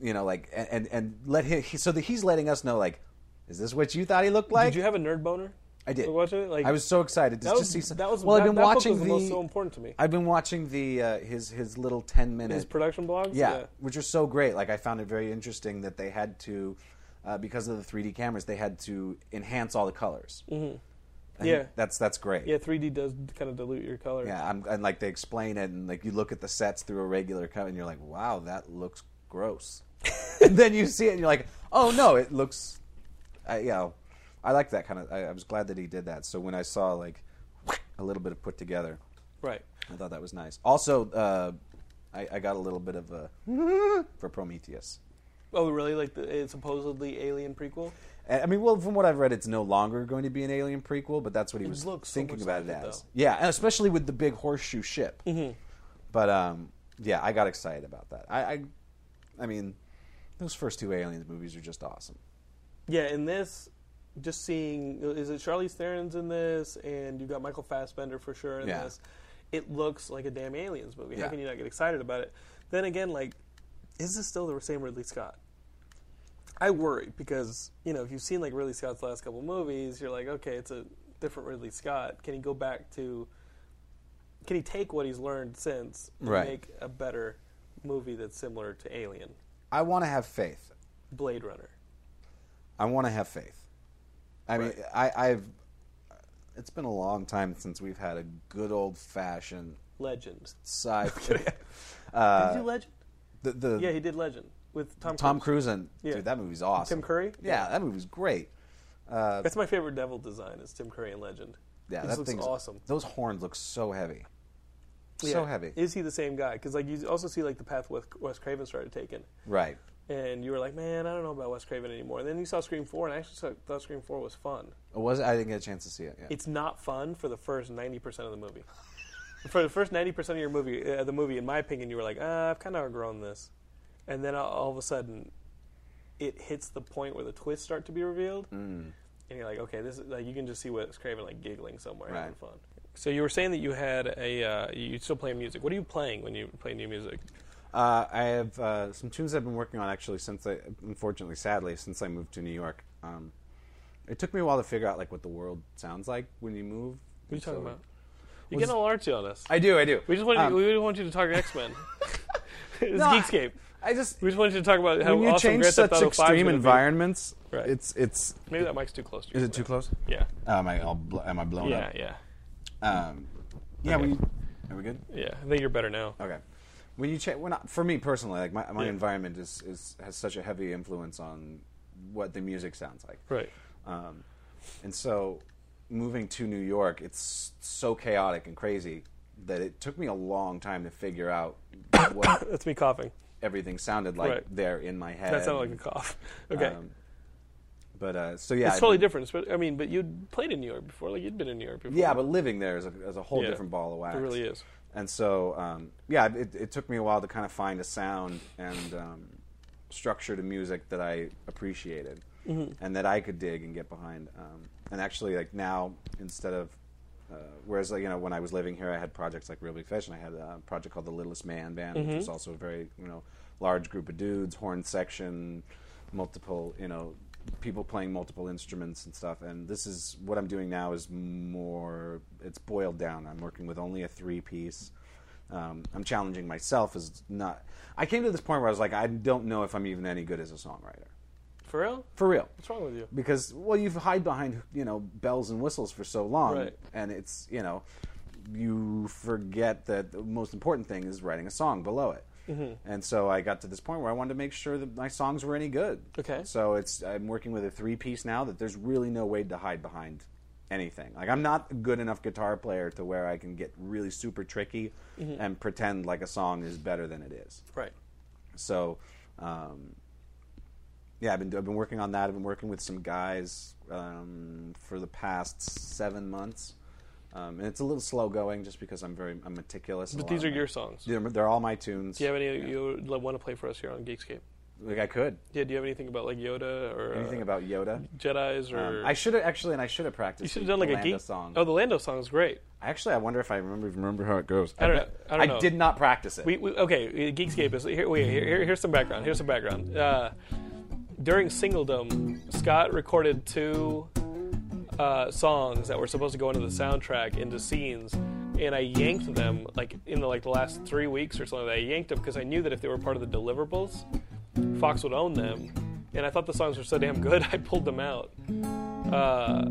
Speaker 7: you know, like, and and, and let him so that he's letting us know like, is this what you thought he looked like?
Speaker 5: Did you have a nerd boner?
Speaker 7: I did.
Speaker 5: Watching it, like
Speaker 7: I was so excited to
Speaker 5: that
Speaker 7: just
Speaker 5: was-
Speaker 7: see. Some,
Speaker 5: that was-
Speaker 7: well,
Speaker 5: that-
Speaker 7: I've been
Speaker 5: that book
Speaker 7: watching
Speaker 5: was the
Speaker 7: the.
Speaker 5: most so important to me.
Speaker 7: I've been watching the uh, his his little ten minute
Speaker 5: His production blogs?
Speaker 7: Yeah,
Speaker 5: Yeah.
Speaker 7: which are so great. Like I found it very interesting that they had to, uh, because of the three D cameras, they had to enhance all the colors. Mm-hmm.
Speaker 5: Yeah.
Speaker 7: that's that's great.
Speaker 5: Yeah, 3D does kind of dilute your color.
Speaker 7: Yeah, I'm, and like they explain it, and like you look at the sets through a regular cut, and you're like, wow, that looks gross. and then you see it, and you're like, oh no, it looks. I, you know, I like that kind of. I, I was glad that he did that. So when I saw like a little bit of put together,
Speaker 5: Right.
Speaker 7: I thought that was nice. Also, uh, I, I got a little bit of a for Prometheus.
Speaker 5: Oh, really? Like the it's supposedly alien prequel?
Speaker 7: And- I mean, well, from what I've read, it's no longer going to be an alien prequel, but that's what he was
Speaker 5: looks so
Speaker 7: thinking
Speaker 5: much
Speaker 7: about it
Speaker 5: like it,
Speaker 7: as.
Speaker 5: though. Mm-hmm.
Speaker 7: Yeah, and especially with the big horseshoe ship. But um, yeah, I got excited about that. I, I, I mean, those first two aliens movies are just awesome.
Speaker 5: Yeah, in this, just seeing is it Charlize Theron's in this, and you've got Michael Fassbender for sure in
Speaker 7: Yeah.
Speaker 5: this. It looks like a damn aliens movie. How
Speaker 7: Yeah.
Speaker 5: can you not get excited about it? Then again, like, is this still the same Ridley Scott? I worry because you know if you've seen like Ridley Scott's last couple movies, you're like, okay, it's a different Ridley Scott? Can he go back to? Can he take what he's learned since and
Speaker 6: Right.
Speaker 5: make a better movie that's similar to Alien,
Speaker 7: I want to have faith.
Speaker 5: Blade Runner?
Speaker 7: I want to have faith. I mean, I, I've. It's been a long time since we've had a good old fashioned
Speaker 5: Legend.
Speaker 7: sci-fi.
Speaker 5: did he do Legend?
Speaker 7: the, the
Speaker 5: Yeah, he did Legend with Tom.
Speaker 7: Uh, Tom Cruise and
Speaker 5: Yeah.
Speaker 7: dude, that movie's awesome.
Speaker 5: Tim Curry?
Speaker 7: Yeah, that movie was great.
Speaker 5: That's my favorite devil design is Tim Curry in Legend.
Speaker 7: Yeah,
Speaker 5: He just
Speaker 7: that
Speaker 5: looks
Speaker 7: thing's
Speaker 5: awesome.
Speaker 7: Those horns look so heavy.
Speaker 5: Yeah.
Speaker 7: So heavy.
Speaker 5: Is he the same guy? Because like you also see like the path Wes Wes Craven started taking,
Speaker 7: right.
Speaker 5: and you were like, man, I don't know about Wes Craven anymore. And then you saw Scream Four, and I actually saw, thought Scream Four was fun.
Speaker 7: It was I didn't get a chance to see it. Yeah.
Speaker 5: It's not fun for the first ninety percent of the movie. for the first ninety percent of your movie, uh, the movie, in my opinion, you were like, ah, I've kind of outgrown this, and then all, all of a sudden, it hits the point where the twists start to be revealed,
Speaker 7: Mm.
Speaker 5: and you're like, okay, this is like you can just see Wes Craven like giggling somewhere having
Speaker 7: Right.
Speaker 5: fun. So you were saying that you had a uh, you still play music. What are you playing when you play new music?
Speaker 7: Uh, I have uh, some tunes I've been working on actually since I, unfortunately, sadly, since I moved to New York. Um, it took me a while to figure out like what the world sounds like when you move.
Speaker 5: What are you talking
Speaker 7: So-
Speaker 5: about? You're getting all artsy on us.
Speaker 7: I do, I do.
Speaker 5: we just wanted
Speaker 7: Um,
Speaker 5: we just want you to talk X Men. it's
Speaker 7: no, I-
Speaker 5: Geekscape.
Speaker 7: I just
Speaker 5: We just wanted you to talk about how
Speaker 7: when you
Speaker 5: awesome
Speaker 7: change
Speaker 5: Grand Theft
Speaker 7: such
Speaker 5: Auto 5 is
Speaker 7: extreme
Speaker 5: gonna be.
Speaker 7: environments,
Speaker 5: Right.
Speaker 7: it's it's.
Speaker 5: Maybe that mic's too close. To
Speaker 7: Is
Speaker 5: you.
Speaker 7: it too close?
Speaker 5: Yeah.
Speaker 7: Um, I, I'll bl- am I blown
Speaker 5: Yeah.
Speaker 7: up?
Speaker 5: Yeah.
Speaker 7: Um, yeah. When you, are we good?
Speaker 5: Yeah. I think you're better now.
Speaker 7: Okay. When you check, when I, for me personally, like my, my
Speaker 5: Yeah.
Speaker 7: environment is, is has such a heavy influence on what the music sounds like.
Speaker 5: Right.
Speaker 7: Um, and so, moving to New York, it's so chaotic and crazy that it took me a long time to figure out what
Speaker 5: That's me coughing.
Speaker 7: everything sounded like
Speaker 5: Right.
Speaker 7: there in my head.
Speaker 5: That sounded like a cough. Okay.
Speaker 7: Um, but uh, so yeah,
Speaker 5: it's
Speaker 7: I've
Speaker 5: totally
Speaker 7: been-
Speaker 5: different. But, I mean, but you'd played in New York before. Like you'd been in New York before.
Speaker 7: Yeah, but living there is a, is a whole
Speaker 5: Yeah,
Speaker 7: different ball of wax.
Speaker 5: it really is.
Speaker 7: And so, um, yeah, it, it took me a while to kind of find a sound and um, structure to music that I appreciated and that I could dig and get behind. Um, and actually, like now, instead of uh, whereas like, you know when I was living here, I had projects like Real Big Fish, and I had a project called the Littlest Man Band, which was also a very you know large group of dudes, horn section, multiple you know people playing multiple instruments and stuff. And this is what I'm doing now is more it's boiled down. I'm working with only a three piece. Um, I'm challenging myself as not. I came to this point where I was like, I don't know if I'm even any good as a songwriter,
Speaker 5: For real?
Speaker 7: for real
Speaker 5: What's wrong with you?
Speaker 7: because well you hide behind you know bells and whistles for so long
Speaker 5: Right.
Speaker 7: and it's you know you forget that the most important thing is writing a song below it
Speaker 5: Mm-hmm.
Speaker 7: and so i got to this point where i wanted to make sure that my songs were any good
Speaker 5: Okay.
Speaker 7: so it's i'm working with a three piece now that there's really no way to hide behind anything like i'm not a good enough guitar player to where i can get really super tricky
Speaker 5: Mm-hmm.
Speaker 7: and pretend like a song is better than it is
Speaker 5: Right.
Speaker 7: so, um, yeah, I've been I've been working on that. I've been working with some guys um, for the past seven months, um, and it's a little slow going just because I'm very I'm meticulous. in a
Speaker 5: But
Speaker 7: lot
Speaker 5: these
Speaker 7: of
Speaker 5: are
Speaker 7: my-
Speaker 5: your songs.
Speaker 7: They're, they're all my tunes.
Speaker 5: Do you have any you would want to play for us here on Geekscape?
Speaker 7: Like I could
Speaker 5: Yeah. Do you have anything about like Yoda or uh,
Speaker 7: anything about Yoda.
Speaker 5: Jedi's or?
Speaker 7: Um, I should have actually, and I should have practiced.
Speaker 5: you should have
Speaker 7: the
Speaker 5: done like a
Speaker 7: Landa
Speaker 5: geek
Speaker 7: song.
Speaker 5: Oh, the Lando song is great.
Speaker 7: Actually, I wonder if I remember even remember how it goes.
Speaker 5: I don't
Speaker 7: bet-
Speaker 5: know. I don't know.
Speaker 7: did not practice it.
Speaker 5: We, we okay. uh, Geekscape is here. Wait, here, here- here's some background. Here's some background. Uh, during Singledom, Scott recorded two uh, songs that were supposed to go into the soundtrack into scenes, and I yanked them like in the like the last three weeks or something. I yanked them because I knew that if they were part of the deliverables, Fox would own them, and I thought the songs were so damn good, I pulled them out. Uh,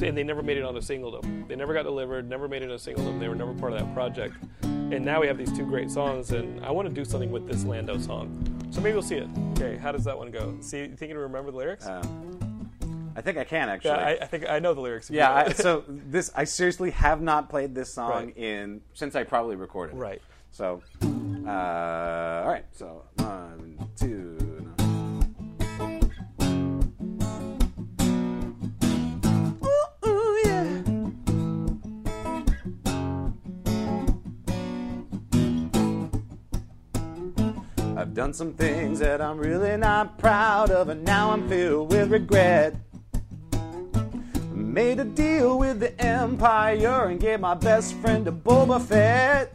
Speaker 5: and they never made it onto Singledom. They never got delivered, never made it onto Singledom. They were never part of that project. And now we have these two great songs, and I want to do something with this Lando song. So maybe we'll see it. Okay, how does that one go? See, you think you remember the lyrics?
Speaker 7: Uh, Um, I think I can actually.
Speaker 5: yeah, I, I think I know the lyrics.
Speaker 7: Yeah, I, so this I seriously have not played this song
Speaker 5: Right.
Speaker 7: in since I probably recorded. it.
Speaker 5: Right.
Speaker 7: So, uh, all right. So one, two. and- Ooh, ooh, yeah. I've done some things that I'm really not proud of, and now I'm filled with regret. Made a deal with the Empire and gave my best friend to Boba Fett.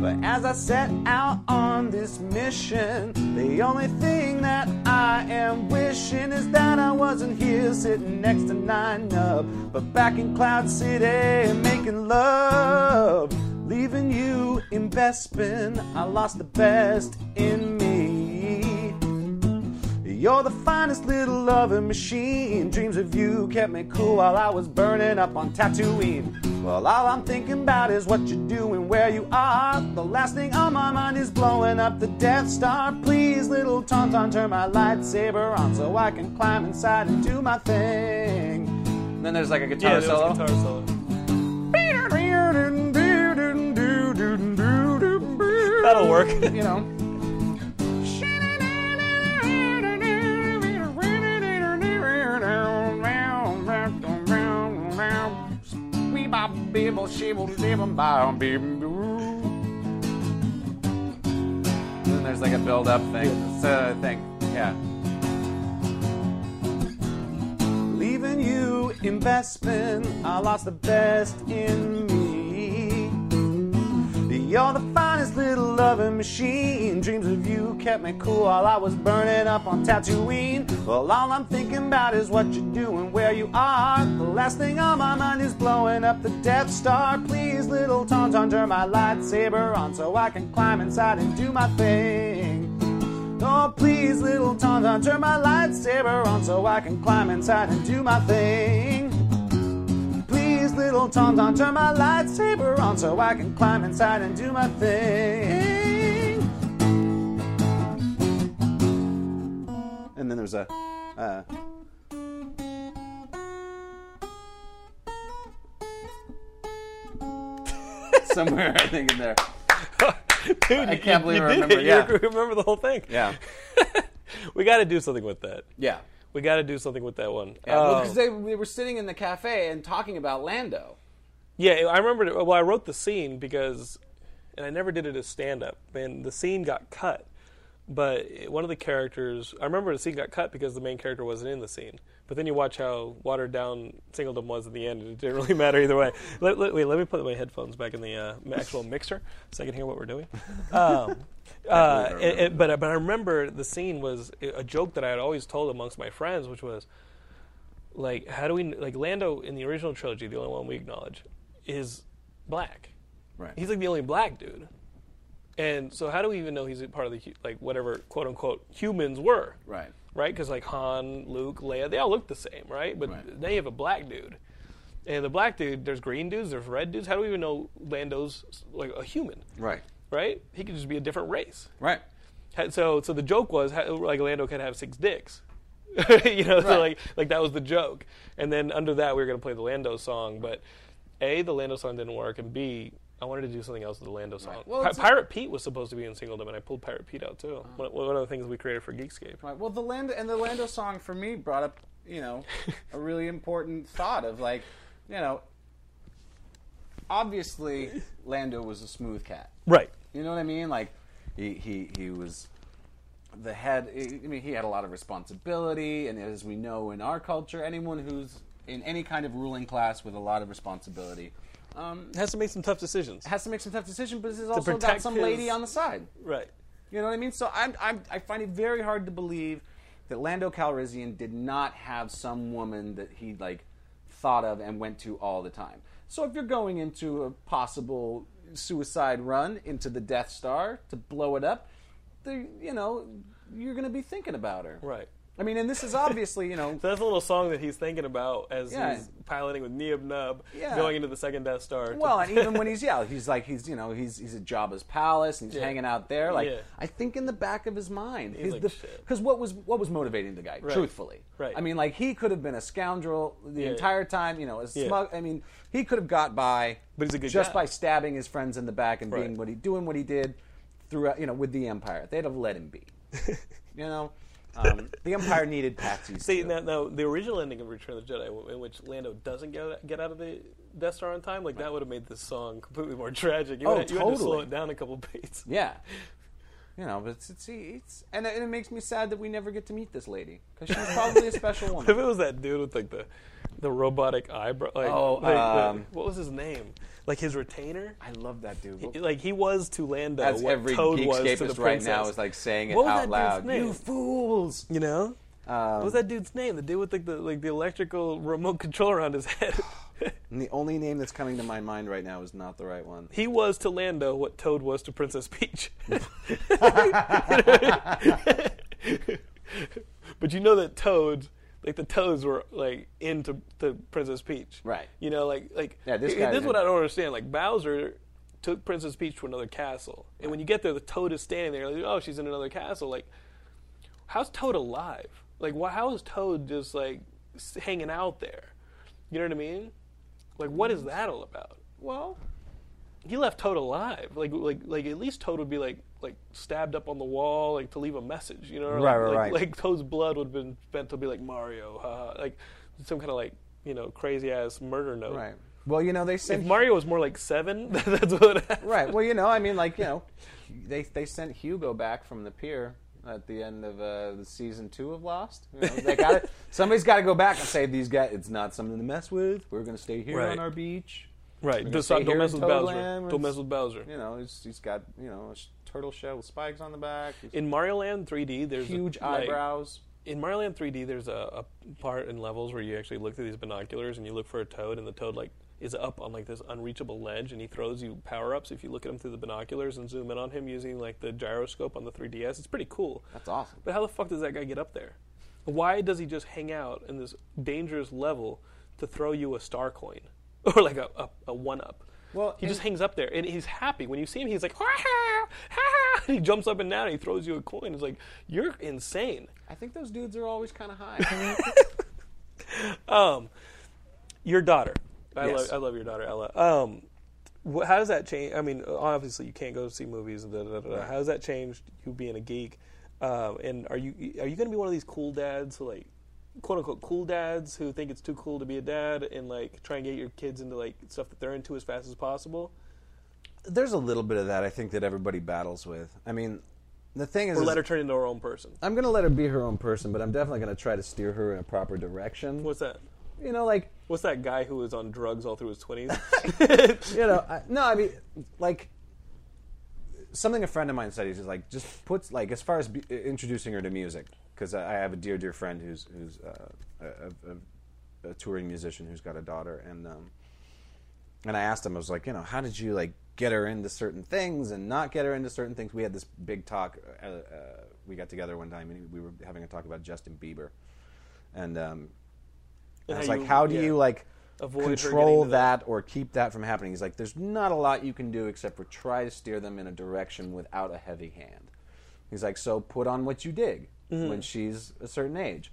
Speaker 7: But as I set out on this mission, the only thing that I am wishing is that I wasn't here sitting next to Nine Up, but back in Cloud City making love. Leaving you in Bespin, I lost the best in me. You're the finest little loving machine. Dreams of you kept me cool while I was burning up on Tatooine. Well, all I'm thinking about is what you're doing, where you are. The last thing on my mind is blowing up the Death Star. Please, little Tauntaun, turn my lightsaber on so I can climb inside and do my thing. And then there's like a guitar
Speaker 5: Yeah, there
Speaker 7: solo.
Speaker 5: was a guitar solo.
Speaker 7: That'll
Speaker 5: work.
Speaker 7: You know. And then there's like a build up thing. It's a thing. Yeah. Leaving you investment, I lost the best in me. You're the finest little loving machine. Dreams of you kept me cool while I was burning up on Tatooine. Well, all I'm thinking about is what you're doing, where you are. The last thing on my mind is blowing up the Death Star. Please, little Tauntaun, turn my lightsaber on so I can climb inside and do my thing. Oh, please, little Tauntaun, turn my lightsaber on so I can climb inside and do my thing. Please, little Tauntaun, turn my lightsaber on so I can climb inside and do my thing. And then there's a. Uh, somewhere, I think, in there.
Speaker 5: Dude,
Speaker 7: I
Speaker 5: you-
Speaker 7: can't believe
Speaker 5: you
Speaker 7: I
Speaker 5: did
Speaker 7: remember,
Speaker 5: it.
Speaker 7: yeah.
Speaker 5: You remember the whole thing.
Speaker 7: Yeah.
Speaker 5: we got to do something with that.
Speaker 7: Yeah.
Speaker 5: We got to do something with that one.
Speaker 7: Yeah, well,
Speaker 5: Um,
Speaker 7: 'cause they, we were sitting in the cafe and talking about Lando.
Speaker 5: Yeah, I remember. Well, I wrote the scene because, and I never did it as stand up. And the scene got cut, but one of the characters, I remember the scene got cut because the main character wasn't in the scene. But then you watch how watered down Singleton was at the end, and it didn't really matter either way. Let, let- wait, let me put my headphones back in the uh, actual mixer so I can hear what we're doing. Um, uh, it- it- but but I remember the scene was a joke that I had always told amongst my friends, which was like how do we like Lando in the original trilogy, the only one we acknowledge, is black.
Speaker 7: Right.
Speaker 5: He's like the only black dude, and so how do we even know he's a part of the hu- like whatever quote unquote humans were?
Speaker 7: Right.
Speaker 5: Right, because like Han, Luke, Leia, they all look the same, right? But
Speaker 7: Right.
Speaker 5: now you have a black dude, and the black dude, there's green dudes, there's red dudes. How do we even know Lando's like a human?
Speaker 7: Right.
Speaker 5: Right? He could just be a different race.
Speaker 7: Right.
Speaker 5: Had- So, so the joke was ha- like Lando could have six dicks. you know, so
Speaker 7: Right.
Speaker 5: like, like that was the joke. And then under that, we were going to play the Lando song, but A, the Lando song didn't work, and B, I wanted to do something else with the Lando song.
Speaker 7: Well,
Speaker 5: Pi-
Speaker 7: it's a- Oh.
Speaker 5: Pirate Pete was supposed to be in Singledom, and I pulled Pirate Pete out too. One, one of the things we created for Geekscape.
Speaker 7: Right. Well, the Lando and the Lando song for me brought up, you know, a really important thought of like, you know, obviously Lando was a smooth cat.
Speaker 5: Right.
Speaker 7: You know what I mean? Like, he he he was the head. I mean, he had a lot of responsibility, and as we know in our culture, anyone who's in any kind of ruling class with a lot of responsibility um,
Speaker 5: Has to make some tough decisions.
Speaker 7: has to make some tough decisions, but has also got
Speaker 5: protect
Speaker 7: some
Speaker 5: his-
Speaker 7: lady on the side.
Speaker 5: Right.
Speaker 7: You know what I mean? So I'm, I'm, I find it very hard to believe that Lando Calrissian did not have some woman that he like thought of and went to all the time. So if you're going into a possible suicide run into the Death Star to blow it up, there- you know you're going to be thinking about her.
Speaker 5: Right.
Speaker 7: I mean, and this is obviously you know
Speaker 5: So that's a little song that he's thinking about as
Speaker 7: Yeah.
Speaker 5: he's piloting with Neeb Nub
Speaker 7: Yeah.
Speaker 5: going into the second Death Star. to-
Speaker 7: Well, and even when he's yeah, he's like he's you know he's he's at Jabba's palace and he's
Speaker 5: Yeah.
Speaker 7: hanging out there. Like
Speaker 5: Yeah.
Speaker 7: I think in the back of his mind,
Speaker 5: like, "Shit."
Speaker 7: because what was what was motivating the guy? Truthfully,
Speaker 5: Right.
Speaker 7: I mean, like he could have been a scoundrel the entire time. You know, a
Speaker 5: Yeah.
Speaker 7: smug. I mean, he could have got by,
Speaker 5: But he's a good
Speaker 7: just
Speaker 5: guy.
Speaker 7: by stabbing his friends in the back and being
Speaker 5: Right.
Speaker 7: what he doing what he did throughout. You know, with the Empire, they'd have let him be. you know. Um, the Empire needed patsies.
Speaker 5: See,
Speaker 7: too.
Speaker 5: now, now the original ending of Return of the Jedi, w- in which Lando doesn't get out, get out of the Death Star on time, like that would have made this song completely more tragic. You
Speaker 7: Oh,
Speaker 5: had, you had to slow
Speaker 7: totally.
Speaker 5: it down a couple beats.
Speaker 7: Yeah. You know, but it's, it's, it's and, it, and it makes me sad that we never get to meet this lady because she's probably a special
Speaker 5: If it
Speaker 7: woman.
Speaker 5: was that dude with like the the the robotic eyebrow. Like,
Speaker 7: Oh,
Speaker 5: like, like,
Speaker 7: um,
Speaker 5: what was his name? Like his retainer.
Speaker 7: I love that dude. What-
Speaker 5: Like he was to Lando
Speaker 8: That's
Speaker 5: what
Speaker 8: every
Speaker 5: Toad was to the
Speaker 8: Geekscapist right now
Speaker 5: princess.
Speaker 8: is like saying it
Speaker 5: What was
Speaker 8: out
Speaker 5: that
Speaker 8: loud.
Speaker 5: dude's name?
Speaker 8: You Um,
Speaker 7: fools.
Speaker 5: You know, what was that dude's name? The dude with like the like the electrical remote controller on his head.
Speaker 7: And the only name that's coming to my mind right now is not the right one.
Speaker 5: he was to Lando what Toad was to Princess Peach. but you know that Toads, like the Toads, were like into to Princess Peach.
Speaker 7: Right.
Speaker 5: You know, like like
Speaker 7: Yeah, this
Speaker 5: here-
Speaker 7: guy
Speaker 5: this is what
Speaker 7: had-
Speaker 5: I don't understand. Like Bowser took Princess Peach to another castle, and when you get there, the Toad is standing there. Like, oh, she's in another castle. Like, how's Toad alive? Like, why? How is Toad just like s- hanging out there? You know what I mean? Like, what is that all about? Well, he left Toad alive. Like, like, like at least Toad would be like, like stabbed up on the wall, like to leave a message. You know, or, like,
Speaker 7: Right, right,
Speaker 5: like,
Speaker 7: right.
Speaker 5: Like Toad's blood would have been spent to be like Mario, haha, like some kind of like you know crazy ass murder note.
Speaker 7: Right. Well, you know they
Speaker 5: If
Speaker 7: sent
Speaker 5: Mario was more like seven, that's what. Happened.
Speaker 7: right. Well, you know, I mean, like you know,
Speaker 8: They they sent Hugo back from the pier at the end of uh, the season two of Lost. You know, they got it. Somebody's got to go back and say these guys. It's not something to mess with. We're gonna stay here
Speaker 5: Right.
Speaker 8: on our beach.
Speaker 5: Right.
Speaker 8: We're
Speaker 5: Don't,
Speaker 8: gonna stay
Speaker 5: don't
Speaker 8: here
Speaker 5: mess
Speaker 8: in
Speaker 5: with Bowser.
Speaker 8: Toadland.
Speaker 5: Don't mess with Bowser.
Speaker 8: You know, he's, he's got you know a sh- turtle shell with spikes on the back. He's
Speaker 5: In Mario Land 3D, there's a,
Speaker 8: huge
Speaker 5: like,
Speaker 8: eyebrows.
Speaker 5: in Mario Land 3D, there's a, a part in levels where you actually look through these binoculars and you look for a toad, and the toad like is up on like this unreachable ledge, and he throws you power ups if you look at him through the binoculars and zoom in on him using like the gyroscope on the 3DS. It's pretty cool.
Speaker 8: That's awesome.
Speaker 5: But how the fuck does that guy get up there? Why does he just hang out in this dangerous level to throw you a star coin or like a, a, a one up?
Speaker 7: Well,
Speaker 5: he just
Speaker 7: and-
Speaker 5: hangs up there and he's happy. When you see him, he's like, ha ha, ha ha. And he jumps up and down and he throws you a coin. It's like, you're insane.
Speaker 8: I think those dudes are always kind of high.
Speaker 5: Um, your daughter. I,
Speaker 7: Yes.
Speaker 5: love, I love your daughter, Ella. Um, wh- how does that change? I mean, obviously you can't go see movies. Da, da, da, da. How does that change you being a geek? Um, and are you are you going to be one of these cool dads, who, like quote unquote cool dads, who think it's too cool to be a dad and like try and get your kids into like stuff that they're into as fast as possible?
Speaker 7: there's a little bit of that I think that everybody battles with. I mean, the thing is,
Speaker 5: Or
Speaker 7: is
Speaker 5: let her turn into her own person?
Speaker 7: I'm going to let her be her own person, but I'm definitely going to try to steer her in a proper direction.
Speaker 5: What's that?
Speaker 7: you know, like
Speaker 5: What's that guy who was on drugs all through his twenties?
Speaker 7: you know, I, no, I mean, like something a friend of mine said. He's just like, just puts like as far as be, introducing her to music, because I, I have a dear, dear friend who's who's uh, a, a, a, a touring musician who's got a daughter, and um, and I asked him, I was like, you know, how did you like get her into certain things and not get her into certain things? We had this big talk. Uh, uh, we got together one time, and we were having a talk about Justin Bieber, and um, I was
Speaker 5: how
Speaker 7: like,
Speaker 5: you-
Speaker 7: how do
Speaker 5: yeah.
Speaker 7: you like
Speaker 5: Avoid her getting
Speaker 7: control
Speaker 5: to
Speaker 7: that or keep that from happening? He's like, there's not a lot you can do except for try to steer them in a direction without a heavy hand. He's like, so put on what you dig
Speaker 5: Mm-hmm.
Speaker 7: when she's a certain age.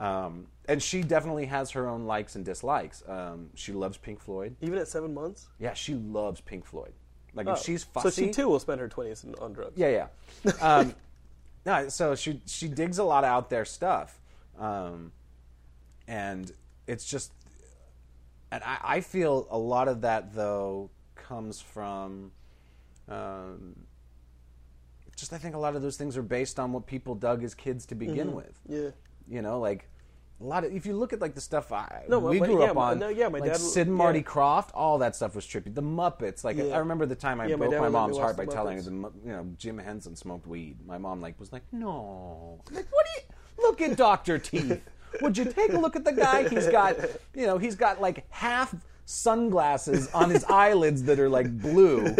Speaker 7: Um, and she definitely has her own likes and dislikes. Um, she loves Pink Floyd.
Speaker 5: Even at seven months,
Speaker 7: Yeah, she loves Pink Floyd. Like
Speaker 5: Oh.
Speaker 7: if she's
Speaker 5: so
Speaker 7: fussy,
Speaker 5: she too will spend her twenties on drugs.
Speaker 7: yeah, yeah. Um, no, so she she digs a lot of out there stuff, um, and it's just, and I, I feel a lot of that though comes from, um, just I think a lot of those things are based on what people dug as kids to begin with.
Speaker 5: Yeah.
Speaker 7: you know, like. A lot of if you look at like the stuff I
Speaker 5: No,
Speaker 7: we
Speaker 5: but-
Speaker 7: grew
Speaker 5: yeah,
Speaker 7: up
Speaker 5: my-
Speaker 7: on,
Speaker 5: no, yeah, my
Speaker 7: like
Speaker 5: dad-
Speaker 7: Sid and
Speaker 5: yeah.
Speaker 7: Marty Croft, all that stuff was trippy. The Muppets, like I,
Speaker 5: Yeah.
Speaker 7: I remember the time I
Speaker 5: Yeah, my
Speaker 7: broke
Speaker 5: dad
Speaker 7: my,
Speaker 5: would let me
Speaker 7: mom's
Speaker 5: watch
Speaker 7: heart
Speaker 5: the
Speaker 7: by telling her
Speaker 5: Muppets.
Speaker 7: the mu- you know Jim Henson smoked weed. My mom like was like, no, I'm like what? Are you, look at Doctor Teeth. Would you take a look at the guy? He's got you know he's got like half sunglasses on his eyelids that are like blue.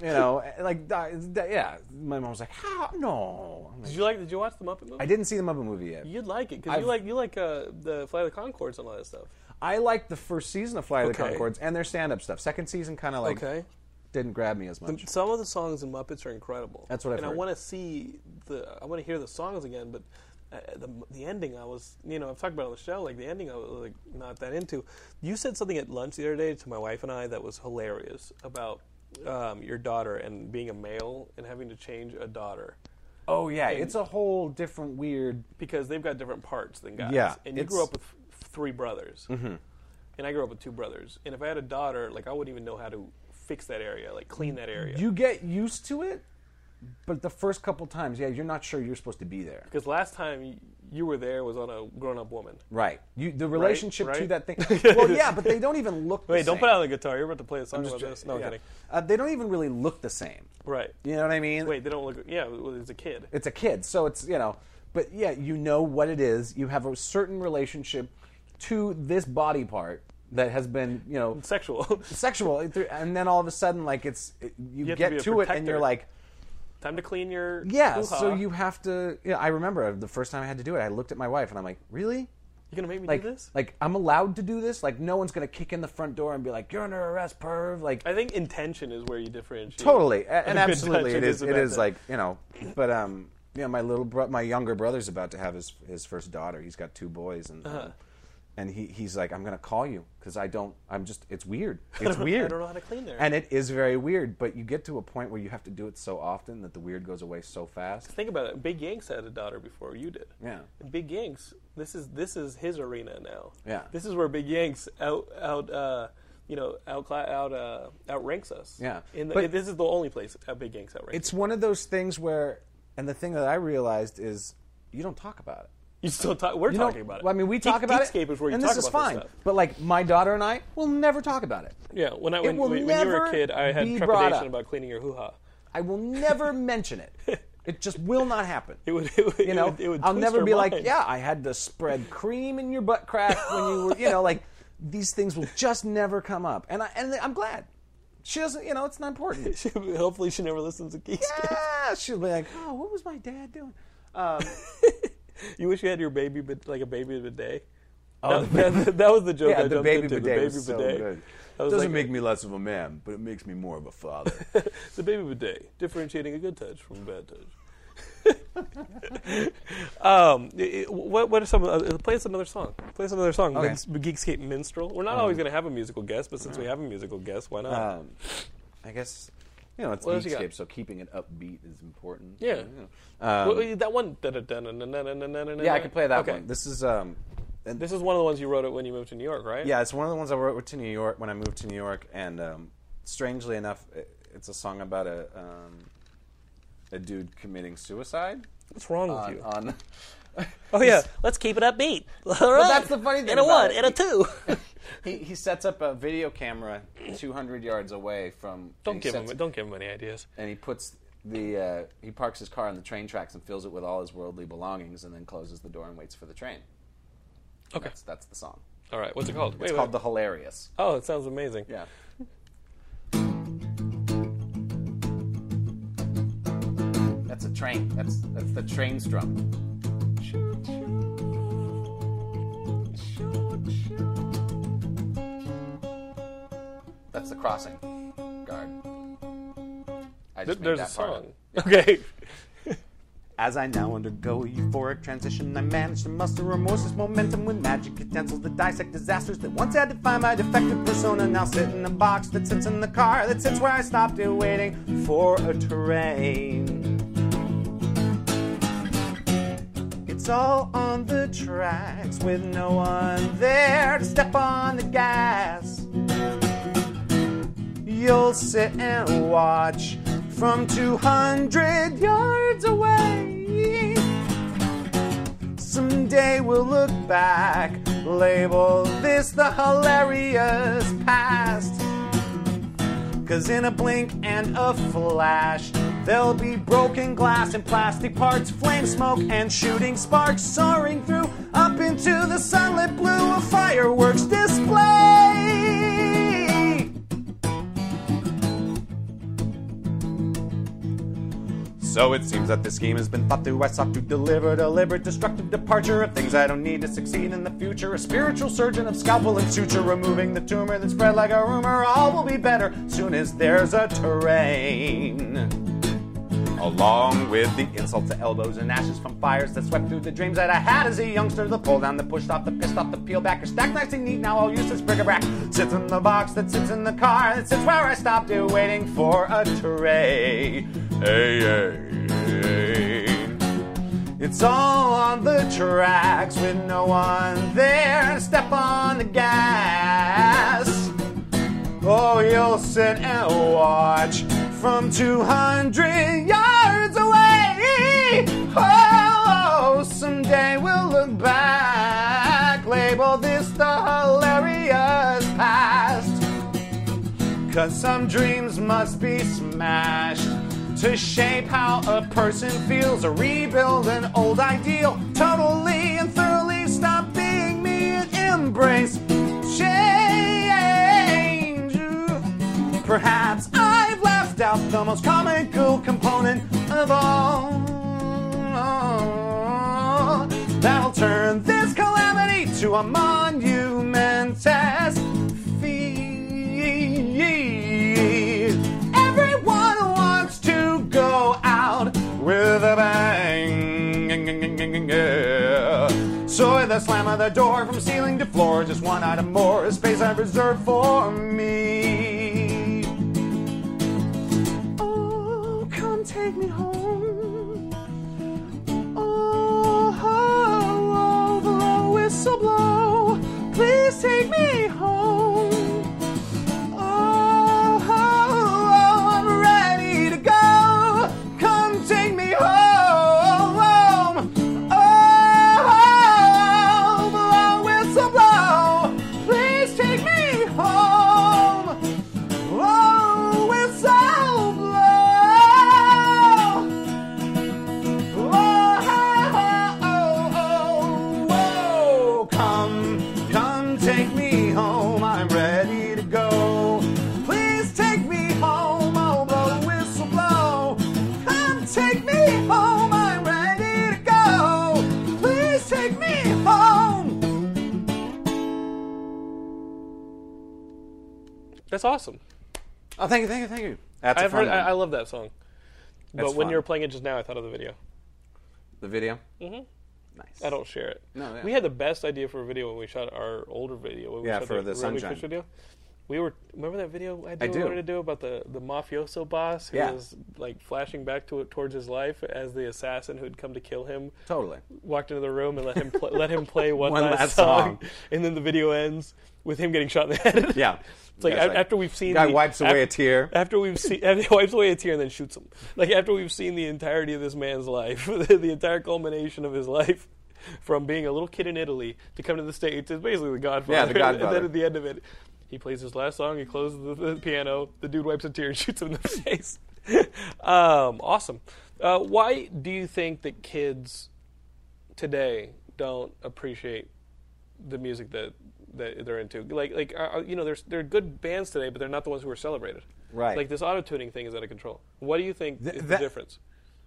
Speaker 7: You know, like uh, yeah. My mom was like, how? No, I'm like,
Speaker 5: Did you like? Did you watch the Muppet movie?
Speaker 7: I didn't see the Muppet movie yet.
Speaker 5: You'd like it because you
Speaker 7: I've-
Speaker 5: like you like uh, the Flight of the Concords and all that stuff.
Speaker 7: I liked the first season of Flight of the
Speaker 5: Okay.
Speaker 7: Concords and their stand-up stuff. Second season kind of like
Speaker 5: Okay.
Speaker 7: didn't grab me as much.
Speaker 5: Some of the songs in Muppets are incredible.
Speaker 7: That's what I've
Speaker 5: and I
Speaker 7: heard.
Speaker 5: want to see the I want to hear the songs again, but uh, the the ending I was you know I've talked about it on the show like the ending I was like not that into. You said something at lunch the other day to my wife and I that was hilarious about um, your daughter and being a male and having to change a daughter
Speaker 7: Oh yeah, it's a whole different weird.
Speaker 5: because they've got different parts than guys.
Speaker 7: Yeah,
Speaker 5: and you
Speaker 7: it's-
Speaker 5: grew up with f- three brothers, mm-hmm. and I grew up with two brothers. And if I had a daughter, like I wouldn't even know how to fix that area, like clean that area.
Speaker 7: You get used to it, but the first couple times, yeah, you're not sure you're supposed to be there.
Speaker 5: Because last time y- you were there was on a grown-up woman.
Speaker 7: Right. You the relationship
Speaker 5: right.
Speaker 7: to that thing. well, yeah, but they don't even look. The
Speaker 5: Wait, don't
Speaker 7: same.
Speaker 5: put out the guitar. You're about to play a song about
Speaker 7: Just-
Speaker 5: this. No,
Speaker 7: yeah.
Speaker 5: I'm kidding.
Speaker 7: Uh, they don't even really look the same.
Speaker 5: Right.
Speaker 7: You know what I mean?
Speaker 5: Wait, they don't look. Yeah, well, it's a kid.
Speaker 7: it's a kid, so it's you know, but yeah, you know what it is. You have a certain relationship to this body part that has been you know
Speaker 5: Sexual.
Speaker 7: sexual, and then all of a sudden, like it's it- you
Speaker 5: have to
Speaker 7: get
Speaker 5: be a
Speaker 7: to it, and
Speaker 5: protector.
Speaker 7: you're like,
Speaker 5: Time to clean your.
Speaker 7: yeah.
Speaker 5: hoo-ha.
Speaker 7: So you have to. Yeah, I remember the first time I had to do it. I looked at my wife, and I'm like, really?
Speaker 5: You gonna make me
Speaker 7: Like,
Speaker 5: do this?
Speaker 7: like I'm allowed to do this? Like, no one's gonna kick in the front door and be like, "You're under arrest, perv!" Like,
Speaker 5: I think intention is where you differentiate.
Speaker 7: totally A- and
Speaker 5: Good
Speaker 7: absolutely
Speaker 5: touch,
Speaker 7: it
Speaker 5: it
Speaker 7: is
Speaker 5: is a
Speaker 7: it
Speaker 5: bad
Speaker 7: is
Speaker 5: touch.
Speaker 7: like you know but um you know my little bro- my younger brother's about to have his his first daughter he's got two boys and
Speaker 5: Uh-huh.
Speaker 7: um, and he he's like i'm gonna call you because i don't i'm just it's weird it's
Speaker 5: don't- I
Speaker 7: weird
Speaker 5: don't know how to clean there.
Speaker 7: and it is very weird but you get to a point where you have to do it so often that the weird goes away so fast
Speaker 5: Think about it. Big Yanks had a daughter before you did.
Speaker 7: Yeah.
Speaker 5: And Big Yanks. This is this is his arena now.
Speaker 7: Yeah.
Speaker 5: This is where Big Yanks out out uh, you know out out uh, outranks us.
Speaker 7: Yeah.
Speaker 5: In the,
Speaker 7: But-
Speaker 5: this is the only place uh, Big Yanks outranks.
Speaker 7: it's one of those things where and the thing that i realized is you don't talk about it
Speaker 5: you still talk. We're
Speaker 7: You know,
Speaker 5: talking about it.
Speaker 7: well, I mean, we
Speaker 5: Geek-
Speaker 7: talk about
Speaker 5: Geekscape
Speaker 7: it,
Speaker 5: is where you
Speaker 7: and
Speaker 5: talk
Speaker 7: this is
Speaker 5: about
Speaker 7: fine.
Speaker 5: This stuff.
Speaker 7: But like, my daughter and I will never talk about it.
Speaker 5: Yeah. When I
Speaker 7: It
Speaker 5: when,
Speaker 7: will
Speaker 5: when, when you were
Speaker 7: never
Speaker 5: a kid, I had
Speaker 7: be brought
Speaker 5: trepidation
Speaker 7: up.
Speaker 5: about cleaning your hoo ha.
Speaker 7: I will never mention it. It just will not happen.
Speaker 5: It would. It would
Speaker 7: you know,
Speaker 5: It would, it would
Speaker 7: I'll
Speaker 5: twist
Speaker 7: never
Speaker 5: your
Speaker 7: be like,
Speaker 5: mind.
Speaker 7: yeah, I had to spread cream in your butt crack when you were, you know, like these things will just never come up, and I and I'm glad she doesn't, you know, it's not important.
Speaker 5: Hopefully, she never listens to Geekscape.
Speaker 7: yeah, she'll be like, oh, what was my dad doing? Um,
Speaker 5: You wish you had your baby, but like a baby bidet. Oh, that, that, that was the joke.
Speaker 7: yeah,
Speaker 5: I
Speaker 7: the
Speaker 5: jumped
Speaker 7: baby
Speaker 5: into,
Speaker 7: bidet
Speaker 5: the baby
Speaker 7: was so
Speaker 5: bidet.
Speaker 7: good.
Speaker 5: I was like, uh,
Speaker 7: me less of a man, but it makes me more of a father.
Speaker 5: the baby bidet, differentiating a good touch from a bad touch. um, i- i- what what are some other, play us another song? Play us another song. Mins- Geekscape minstrel. We're
Speaker 8: Um,
Speaker 5: not always going to have a musical guest, but
Speaker 8: uh,
Speaker 5: since we have a musical guest, why not?
Speaker 7: um, I guess you know it's
Speaker 5: What else you got?
Speaker 7: Geekscape, so keeping it upbeat is important.
Speaker 5: yeah.
Speaker 7: You know.
Speaker 5: Well,
Speaker 7: Um,
Speaker 5: that one. da-da-da-na-na-na-na-na-na-na.
Speaker 7: yeah, I can play that
Speaker 5: okay.
Speaker 7: one. This is um, and
Speaker 5: This is one of the ones you wrote it when you moved to New York, right?
Speaker 7: Yeah, it's one of the ones I wrote to New York when I moved to New York, and um, strangely enough, i- it's a song about a um, a dude committing suicide.
Speaker 5: What's wrong
Speaker 8: Uh,
Speaker 5: with
Speaker 7: On,
Speaker 5: you?
Speaker 7: on
Speaker 5: oh yeah. Let's keep it upbeat. All right.
Speaker 7: that's the funny thing
Speaker 5: And a one.
Speaker 7: about it.
Speaker 5: And a two.
Speaker 8: He, he sets up a video camera 200 yards away from.
Speaker 5: Don't
Speaker 8: and he
Speaker 5: give him.
Speaker 8: sets-
Speaker 5: Don't give him any ideas.
Speaker 8: And he puts the uh, he parks his car on the train tracks and fills it with all his worldly belongings, and then closes the door and waits for the train.
Speaker 5: Okay.
Speaker 8: That's that's the song.
Speaker 5: All right. What's it called?
Speaker 8: It's called the hilarious.
Speaker 5: Oh, it sounds amazing.
Speaker 8: Yeah. That's a train. That's that's the train's drum. That's the crossing guard. I
Speaker 5: Th-
Speaker 8: just made
Speaker 5: there's a
Speaker 8: that part up.
Speaker 5: song. Okay.
Speaker 8: As I now undergo a euphoric transition, I manage to muster remorseless momentum with magic utensils that dissect disasters that once had defined my defective persona. Now sit in a box that sits in the car that sits where I stopped it, waiting for a train. It's all on the tracks with no one there to step on the gas. You'll sit and watch from 200 yards away. Someday we'll look back, label this the hilarious past. Cause in a blink and a flash, there'll be broken glass and plastic parts, flame smoke and shooting sparks soaring through up into the sunlit blue of fireworks display. So it seems that this game has been thought through. I sought to deliver deliberate destructive departure of things I don't need to succeed in the future. A spiritual surgeon of scalpel and suture, removing the tumor that spread like a rumor. All will be better soon as there's a terrain. Along with the insults to elbows and ashes from fires that swept through the dreams that I had as a youngster. The pull down, the pushed off, the pissed off, the peel back, or stack nice and neat. Now all useless bric-a-brac sits in the box that sits in the car that sits where I stopped it, waiting for a tray. Hey, hey, hey. It's all on the tracks with no one there. Step on the gas. Oh, you'll sit and watch from 200 yards away. Oh, someday we'll look back. Label this the hilarious past. Cause some dreams must be smashed to shape how a person feels, or rebuild an old ideal. Totally and thoroughly stop being me and embrace change. Perhaps I've left out the most comical component of all. That'll turn this calamity to a monumentous feat. Everyone wants to go out with a bang. So with a slam of the door from ceiling to floor, just one item more, a space I reserved for me. Oh, come take me home. Oh, blow, whistle blow, please take me home. Oh, I'm ready to go. Come take me home. Oh, blow, whistle blow, please take me home. Oh, whistle blow. Whoa, come, come take me home. I'm ready to go. Please take me home. Oh, blow, whistle, blow. Come take me home. I'm ready to go. Please take me home.
Speaker 5: That's awesome.
Speaker 8: Oh, thank you, thank you, thank you. That's a
Speaker 5: I've
Speaker 8: fun
Speaker 5: heard. I, I
Speaker 8: one.
Speaker 5: love that song. But
Speaker 8: That's
Speaker 5: when
Speaker 8: fun.
Speaker 5: you were playing Mm-hmm. it just now, I thought of the video.
Speaker 8: the video.
Speaker 5: I don't share it.
Speaker 8: No, yeah.
Speaker 5: We had the best idea for a video when we shot our older video. When we
Speaker 8: Yeah,
Speaker 5: shot
Speaker 8: for the
Speaker 5: Remy
Speaker 8: Sunshine.
Speaker 5: Kush video. We were remember that video I,
Speaker 8: do.
Speaker 5: wanted to do about the, the mafioso boss who
Speaker 8: Yeah.
Speaker 5: was like flashing back to towards his life as the assassin who'd come to kill him
Speaker 8: Totally.
Speaker 5: walked into the room and let him pl- let him play one,
Speaker 8: One
Speaker 5: last,
Speaker 8: last
Speaker 5: song,
Speaker 8: song.
Speaker 5: and then the video ends with him getting shot in the head.
Speaker 8: Yeah.
Speaker 5: It's like,
Speaker 8: Yeah, it's
Speaker 5: a-
Speaker 8: like,
Speaker 5: after we've seen
Speaker 8: guy
Speaker 5: the-
Speaker 8: wipes away a tear.
Speaker 5: After we've seen after he wipes away a tear and then shoots him. Like after we've seen the entirety of this man's life, the, the entire culmination of his life, from being a little kid in Italy to come to the states, is basically the Godfather.
Speaker 8: Yeah, The
Speaker 5: And then
Speaker 8: Godfather.
Speaker 5: at the end of it, he plays his last song. He closes the, the piano. The dude wipes a tear and shoots him in the face. um, awesome. Uh, why do you think that kids today don't appreciate the music that that they're into. Like like uh, uh, you know, there's there are good bands today, but they're not the ones who are celebrated.
Speaker 8: Right.
Speaker 5: Like this auto tuning thing is out of control. What do you think is
Speaker 8: that-
Speaker 5: the difference?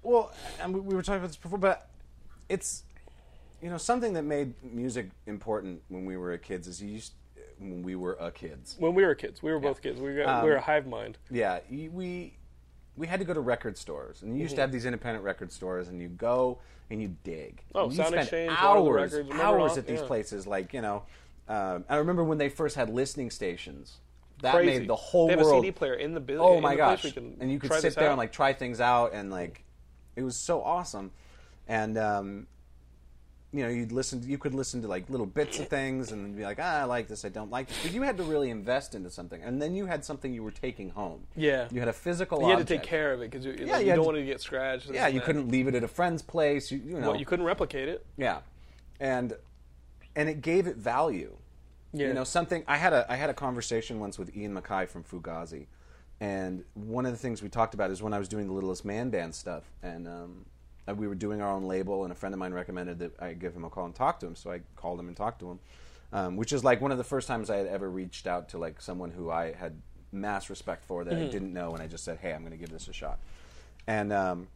Speaker 7: Well, and we- we were talking about this before, but it's you know something that made music important when we were kids is you used when we were a kids.
Speaker 5: When we were kids, we were both kids. We
Speaker 7: Um,
Speaker 5: got, we were a hive mind.
Speaker 7: Yeah, y- we we had to go to record stores, and you
Speaker 5: Mm-hmm.
Speaker 7: used to have these independent record stores, and you go and you dig.
Speaker 5: Oh,
Speaker 7: And you
Speaker 5: Sound
Speaker 7: spend
Speaker 5: Exchange, Warner Bros.
Speaker 7: hours,
Speaker 5: Records, remember
Speaker 7: hours
Speaker 5: all-
Speaker 7: at these
Speaker 5: yeah.
Speaker 7: places. Like you know, um, I remember when they first had listening stations. That
Speaker 5: Crazy.
Speaker 7: made the whole
Speaker 5: They have a
Speaker 7: world.
Speaker 5: CD player in the buil-
Speaker 7: Oh
Speaker 5: in
Speaker 7: my
Speaker 5: the place
Speaker 7: gosh!
Speaker 5: we can
Speaker 7: and you could
Speaker 5: try
Speaker 7: sit
Speaker 5: this
Speaker 7: there
Speaker 5: out.
Speaker 7: and like try things out, and like it was so awesome. And um, you know, you'd listen. You could listen to like little bits of things, and then be like, ah, I like this, I don't like this. But you had to really invest into something, and then you had something you were taking home.
Speaker 5: Yeah.
Speaker 7: you had a physical.
Speaker 5: You had to
Speaker 7: object.
Speaker 5: take care of it because you, like,
Speaker 7: you
Speaker 5: you,
Speaker 7: had
Speaker 5: don't
Speaker 7: to-
Speaker 5: want it to get scratched. this
Speaker 7: Yeah,
Speaker 5: and
Speaker 7: you
Speaker 5: that.
Speaker 7: couldn't leave it at a friend's place. You, you know.
Speaker 5: Well, you couldn't replicate it.
Speaker 7: Yeah, and and it gave it value.
Speaker 5: Yeah.
Speaker 7: You know, something I had a I had a conversation once with Ian Mackay from Fugazi, and one of the things we talked about is when I was doing the Littlest Man band stuff, and um, uh, we were doing our own label, and a friend of mine recommended that I give him a call and talk to him, so I called him and talked to him, um, which is like one of the first times I had ever reached out to like someone who I had mass respect for that I didn't know, and I just said, hey, I'm going to give this a shot, and. Um,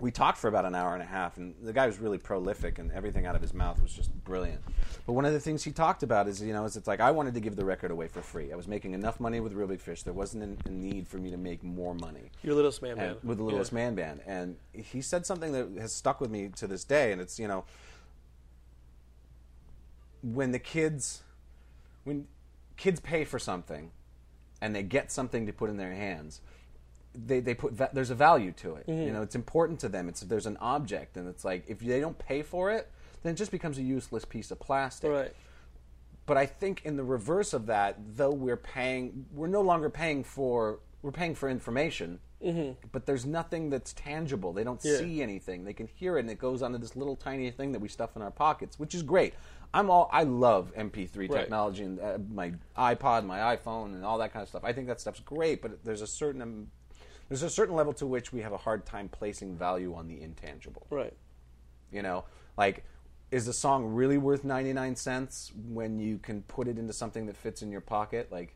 Speaker 7: we talked for about an hour and a half, and the guy was really prolific, and everything out of his mouth was just brilliant. But one of the things he talked about is, you know, is it's like I wanted to give the record away for free. I was making enough money with Real Big Fish; there wasn't a a need for me to make more money.
Speaker 5: Your Littlest Man
Speaker 7: And-
Speaker 5: Band.
Speaker 7: with the Littlest Man Band, and he said something that has stuck with me to this day, and it's you know, when the kids, when kids pay for something, and they get something to put in their hands, they, they put va- there's a value to it.
Speaker 5: Mm-hmm.
Speaker 7: You know, it's important to them. It's there's an object, and it's like if they don't pay for it, then it just becomes a useless piece of plastic.
Speaker 5: Right.
Speaker 7: But I think in the reverse of that, though we're paying, we're no longer paying for we're paying for information.
Speaker 5: Mm-hmm.
Speaker 7: But there's nothing that's tangible. They don't see anything. They can hear it, and it goes onto this little tiny thing that we stuff in our pockets, which is great. I'm all I love MP3
Speaker 5: Right.
Speaker 7: technology and uh, my iPod, my iPhone, and all that kind of stuff. I think that stuff's great, but there's a certain um, there's a certain level to which we have a hard time placing value on the intangible.
Speaker 5: Right.
Speaker 7: You know, like is the song really worth 99 cents when you can put it into something that fits in your pocket like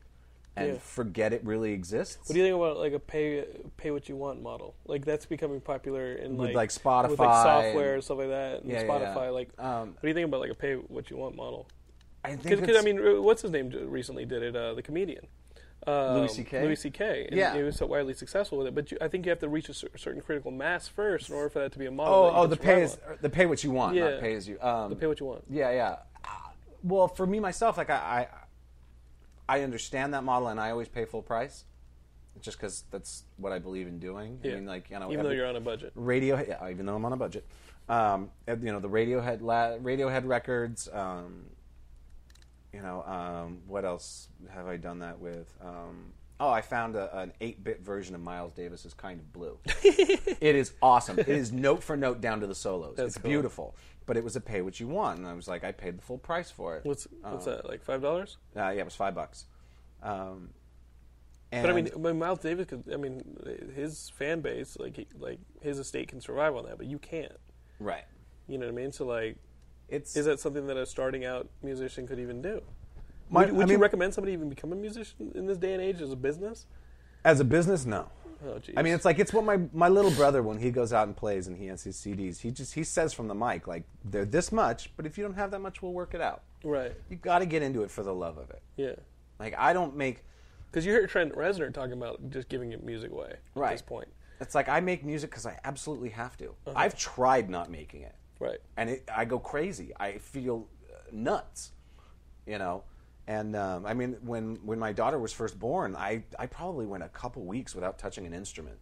Speaker 7: and
Speaker 5: Yeah.
Speaker 7: forget it really exists?
Speaker 5: What do you think about like a pay pay what you want model? Like that's becoming popular in
Speaker 7: With,
Speaker 5: like,
Speaker 7: like,
Speaker 5: with like
Speaker 7: Spotify
Speaker 5: software
Speaker 7: and-
Speaker 5: and stuff like that. And
Speaker 7: Yeah, yeah,
Speaker 5: Spotify,
Speaker 7: yeah.
Speaker 5: like
Speaker 7: Um,
Speaker 5: what do you think about like a pay what you want model?
Speaker 7: I think
Speaker 5: Because I
Speaker 7: it's-
Speaker 5: mean, uh, what's his name ju- recently did it? Uh, the comedian. Um,
Speaker 7: Louis CK?
Speaker 5: Louis C.K. And
Speaker 7: Yeah.
Speaker 5: he was so widely successful with it, but you, I think you have to reach a cer- certain critical mass first in order for that to be a model.
Speaker 7: Oh,
Speaker 5: that you
Speaker 7: oh,
Speaker 5: can
Speaker 7: the pay
Speaker 5: survive
Speaker 7: is
Speaker 5: on.
Speaker 7: the pay what you want,
Speaker 5: Yeah.
Speaker 7: not pay as you. Um,
Speaker 5: The pay what you want.
Speaker 7: Yeah, yeah. Ah, Well, for me myself, like I, I, I understand that model, and I always pay full price, just because that's what I believe in doing.
Speaker 5: Yeah.
Speaker 7: I mean, like you know,
Speaker 5: even though
Speaker 7: every-
Speaker 5: you're on a budget,
Speaker 7: radio, yeah, even though I'm on a budget, um, and, you know, the Radiohead, la- Radiohead records. Um, you know, um, what else have I done that with? Um, oh, I found a, an eight-bit version of Miles Davis's "Kind of Blue." it is awesome. It is note for note down to the solos. it's beautiful. But it was a pay what you want, and I was like, I paid the full price for it.
Speaker 5: what's what's that like five dollars?
Speaker 7: Uh, yeah, it was five bucks. Um, and
Speaker 5: But I mean, but Miles Davis could. I mean, his fan base, like he, like his estate, can survive on that, but you can't.
Speaker 7: right?
Speaker 5: You know what I mean? So like,
Speaker 7: It's
Speaker 5: is that something that a starting out musician could even do?
Speaker 7: My-
Speaker 5: would would
Speaker 7: I
Speaker 5: you
Speaker 7: mean-
Speaker 5: recommend somebody even become a musician in this day and age as a business?
Speaker 7: as a business, no.
Speaker 5: Oh, geez.
Speaker 7: I mean, it's like it's what my my little brother when he goes out and plays and he has his CDs. He just he says from the mic like they're this much, but if you don't have that much, we'll work it out.
Speaker 5: right.
Speaker 7: You got to get into it for the love of it.
Speaker 5: Yeah.
Speaker 7: Like I don't make
Speaker 5: Because you hear Trent Reznor talking about just giving your music away at this
Speaker 7: Right.
Speaker 5: point.
Speaker 7: it's like I make music because I absolutely have to. I've tried not making it,
Speaker 5: Right.
Speaker 7: and it, I go crazy. I feel uh, nuts, you know. And um, I mean, when when my daughter was first born, I I probably went a couple weeks without touching an instrument,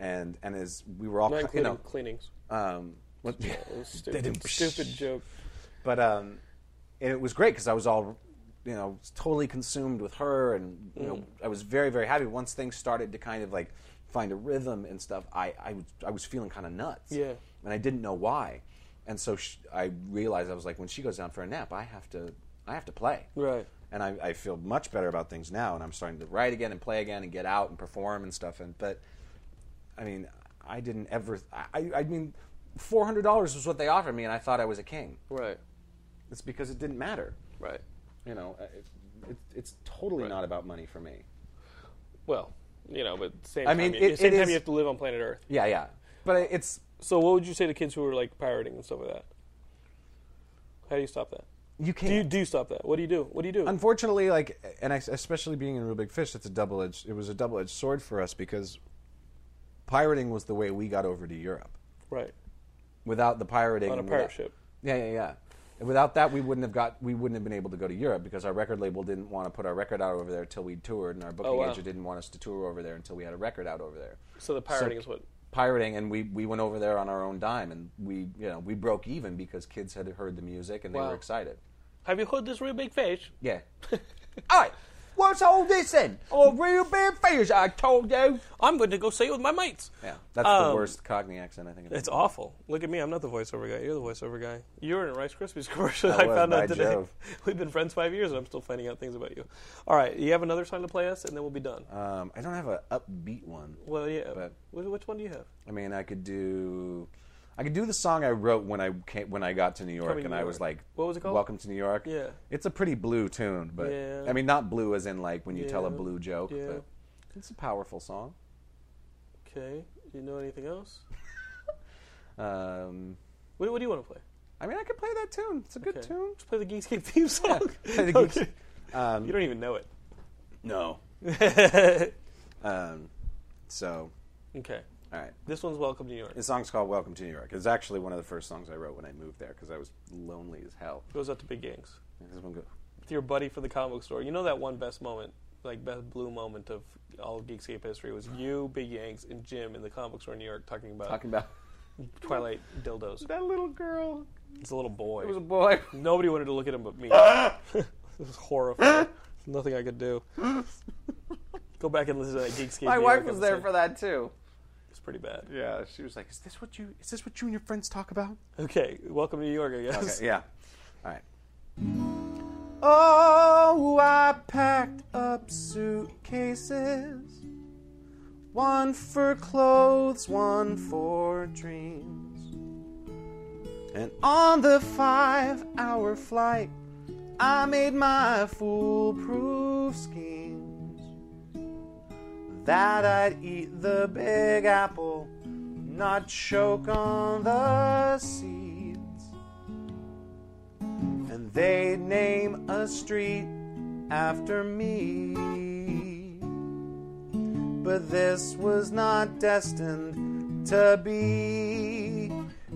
Speaker 7: and and as we were all
Speaker 5: Not
Speaker 7: ki- you
Speaker 5: including
Speaker 7: Oh, know.
Speaker 5: cleanings.
Speaker 7: Um, what-
Speaker 5: Stupid,
Speaker 7: didn't-
Speaker 5: stupid joke.
Speaker 7: but um, and it was great because I was all, you know, totally consumed with her, and you
Speaker 5: Mm.
Speaker 7: know, I was very very happy. Once things started to kind of like find a rhythm and stuff, I I was I was feeling kind of nuts.
Speaker 5: Yeah.
Speaker 7: and I didn't know why, and so sh I realized I was like, when she goes down for a nap, I have to I have to play.
Speaker 5: Right.
Speaker 7: And I, I feel much better about things now, and I'm starting to write again and play again and get out and perform and stuff. And but I mean, I didn't ever. I, I mean, four hundred dollars was what they offered me, and I thought I was a king.
Speaker 5: Right.
Speaker 7: It's because it didn't matter.
Speaker 5: Right.
Speaker 7: You know, uh, it, it, it's totally
Speaker 5: Right.
Speaker 7: not about money for me.
Speaker 5: Well, you know, but same
Speaker 7: I
Speaker 5: time,
Speaker 7: mean,
Speaker 5: you-
Speaker 7: it-
Speaker 5: same
Speaker 7: it
Speaker 5: time
Speaker 7: is-
Speaker 5: you have to live on planet Earth.
Speaker 7: Yeah, yeah. But I- it's
Speaker 5: So what would you say to kids who are like pirating and stuff like that? How do you stop that?
Speaker 7: you can't.
Speaker 5: Do you do you stop that? What do you do? What do you do?
Speaker 7: Unfortunately, like, and I, especially being in Real Big Fish, it's a double edged. It was a double edged sword for us because pirating was the way we got over to Europe.
Speaker 5: right.
Speaker 7: Without the pirating,
Speaker 5: On a
Speaker 7: and
Speaker 5: pirate
Speaker 7: without-
Speaker 5: ship.
Speaker 7: Yeah, yeah, yeah. And Without that, we wouldn't have got. We wouldn't have been able to go to Europe because our record label didn't want to put our record out over there until we toured, and our booking
Speaker 5: Oh, wow.
Speaker 7: agent didn't want us to tour over there until we had a record out over there.
Speaker 5: So the pirating is what
Speaker 7: pirating and we, we went over there on our own dime and we you know we broke even because kids had heard the music and they
Speaker 5: Wow.
Speaker 7: were excited
Speaker 5: have you heard this real big fish?
Speaker 7: yeah all right what's all this in oh real big fish i told you
Speaker 5: I'm going to go say it with my mates.
Speaker 7: yeah that's
Speaker 5: Um,
Speaker 7: the worst cockney accent i think
Speaker 5: It's awful. Look at me. I'm not the voiceover guy. You're the voiceover guy. You were in a Rice Krispies commercial. I,
Speaker 7: I was,
Speaker 5: found out
Speaker 7: by
Speaker 5: today.
Speaker 7: Jove.
Speaker 5: We've been friends five years, and I'm still finding out things about you. All right. You have another song to play us, and then we'll be done.
Speaker 7: um, i don't have an upbeat one
Speaker 5: well, yeah.
Speaker 7: but-
Speaker 5: Wh- Which one do you have?
Speaker 7: i mean i could do i could do the song i wrote when i came, when i got to new york
Speaker 5: Coming to
Speaker 7: and
Speaker 5: New
Speaker 7: i
Speaker 5: York.
Speaker 7: was like
Speaker 5: What was it called?
Speaker 7: welcome to new york
Speaker 5: Yeah.
Speaker 7: it's a pretty blue tune but
Speaker 5: Yeah.
Speaker 7: i mean not blue as in like when you tell a
Speaker 5: Yeah.
Speaker 7: blue joke
Speaker 5: Yeah.
Speaker 7: but it's a powerful song
Speaker 5: Okay. You know anything else?
Speaker 7: um,
Speaker 5: What, what do you want to play?
Speaker 7: I mean, I could play that tune. It's a good
Speaker 5: Okay.
Speaker 7: tune.
Speaker 5: Let's play the Geekscape theme song.
Speaker 7: play the Geeks- um,
Speaker 5: Okay. you don't even know it.
Speaker 7: No. um, so,
Speaker 5: Okay.
Speaker 7: all right.
Speaker 5: This one's Welcome to New York.
Speaker 7: The song's called "Welcome to New York." It's actually one of the first songs I wrote when I moved there because I was lonely as hell.
Speaker 5: goes out to big gangs.
Speaker 7: This one go-
Speaker 5: With your buddy from the comic book store. You know that one best moment, like best blue moment of all of Geekscape history was you, Big Yanks, and Jim in the comic book store in New York talking about
Speaker 7: talking about
Speaker 5: Twilight dildos.
Speaker 7: that little girl.
Speaker 5: It's a little boy.
Speaker 7: It was a boy.
Speaker 5: Nobody wanted to look at him but me. it was horrifying. There's nothing I could do. Go back and listen to that Geekscape.
Speaker 7: My
Speaker 5: New
Speaker 7: wife
Speaker 5: York
Speaker 7: was there
Speaker 5: episode.
Speaker 7: for that too.
Speaker 5: It's pretty bad.
Speaker 8: Yeah, she was like, "Is this what you? Is this what you and your friends talk about?"
Speaker 5: Okay, welcome to New York, I guess.
Speaker 8: Okay, yeah. All right. Oh, I packed up suitcases. One for clothes, one for dreams. And on the five hour flight, I made my foolproof schemes. That I'd eat the big apple, not choke on the seeds and they'd name a street after me. But this was not destined to be.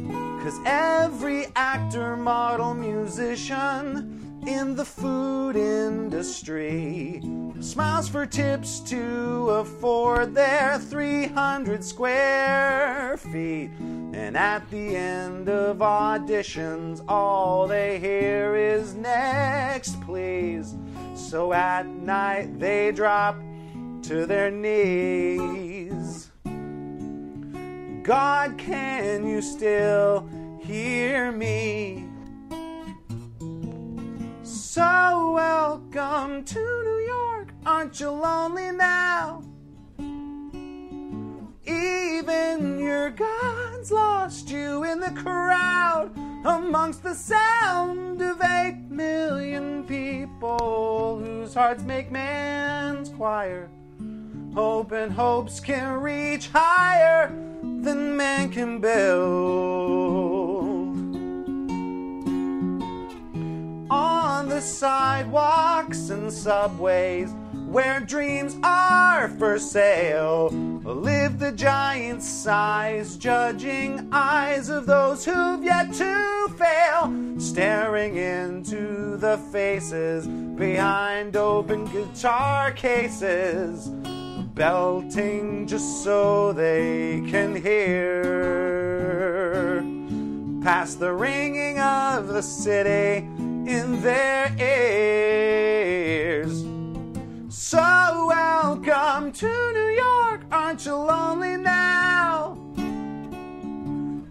Speaker 8: Cause every actor, model, musician in the food industry smiles for tips to afford their 300 square feet. And at the end of auditions, all they hear is next, please. So at night, they drop to their knees. God, can you still hear me? So welcome to New York. Aren't you lonely now? Even your God's lost you in the crowd amongst the sound of eight million people whose hearts make man's choir. Hope and hopes can reach higher than man can build. on the sidewalks and subways where dreams are for sale. Live the giant size, judging eyes of those who've yet to fail, staring into the faces behind open guitar cases, belting just so they can hear past the ringing of the city in their ears. So welcome to New York, aren't you lonely now?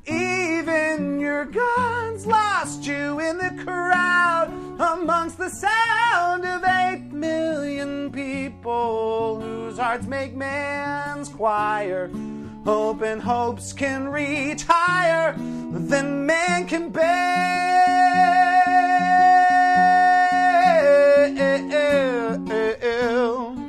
Speaker 8: Even your guns lost you in the crowd amongst the sound of eight million people whose hearts make man's choir. Hope and hopes can reach higher than man can bear.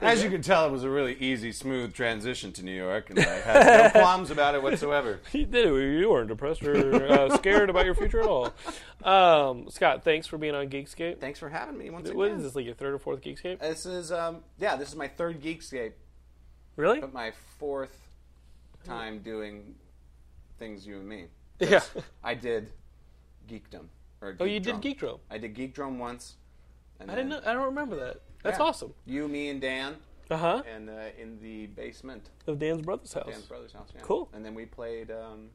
Speaker 7: As you can tell, it was a really easy, smooth transition to New York, and I had no qualms about it whatsoever.
Speaker 5: You did it. You weren't depressed or uh, scared about your future at all. Um, Scott, thanks for being on Geekscape.
Speaker 7: Thanks for having me once
Speaker 5: What
Speaker 7: again.
Speaker 5: is this, like your third or fourth Geekscape?
Speaker 7: This is, um, yeah, this is my third Geekscape,
Speaker 5: Really?
Speaker 7: but my fourth time doing things you and me.
Speaker 5: Yeah.
Speaker 7: I did Geekdom. Or
Speaker 5: Oh, you did Geekdrum.
Speaker 7: I did Geekdrum once. And
Speaker 5: I didn't. Know, I don't remember that. That's awesome.
Speaker 7: You, me, and Dan,
Speaker 5: Uh huh.
Speaker 7: and uh, in the basement,
Speaker 5: Of Dan's brother's house.
Speaker 7: Dan's brother's house. Yeah.
Speaker 5: Cool.
Speaker 7: And then we played um,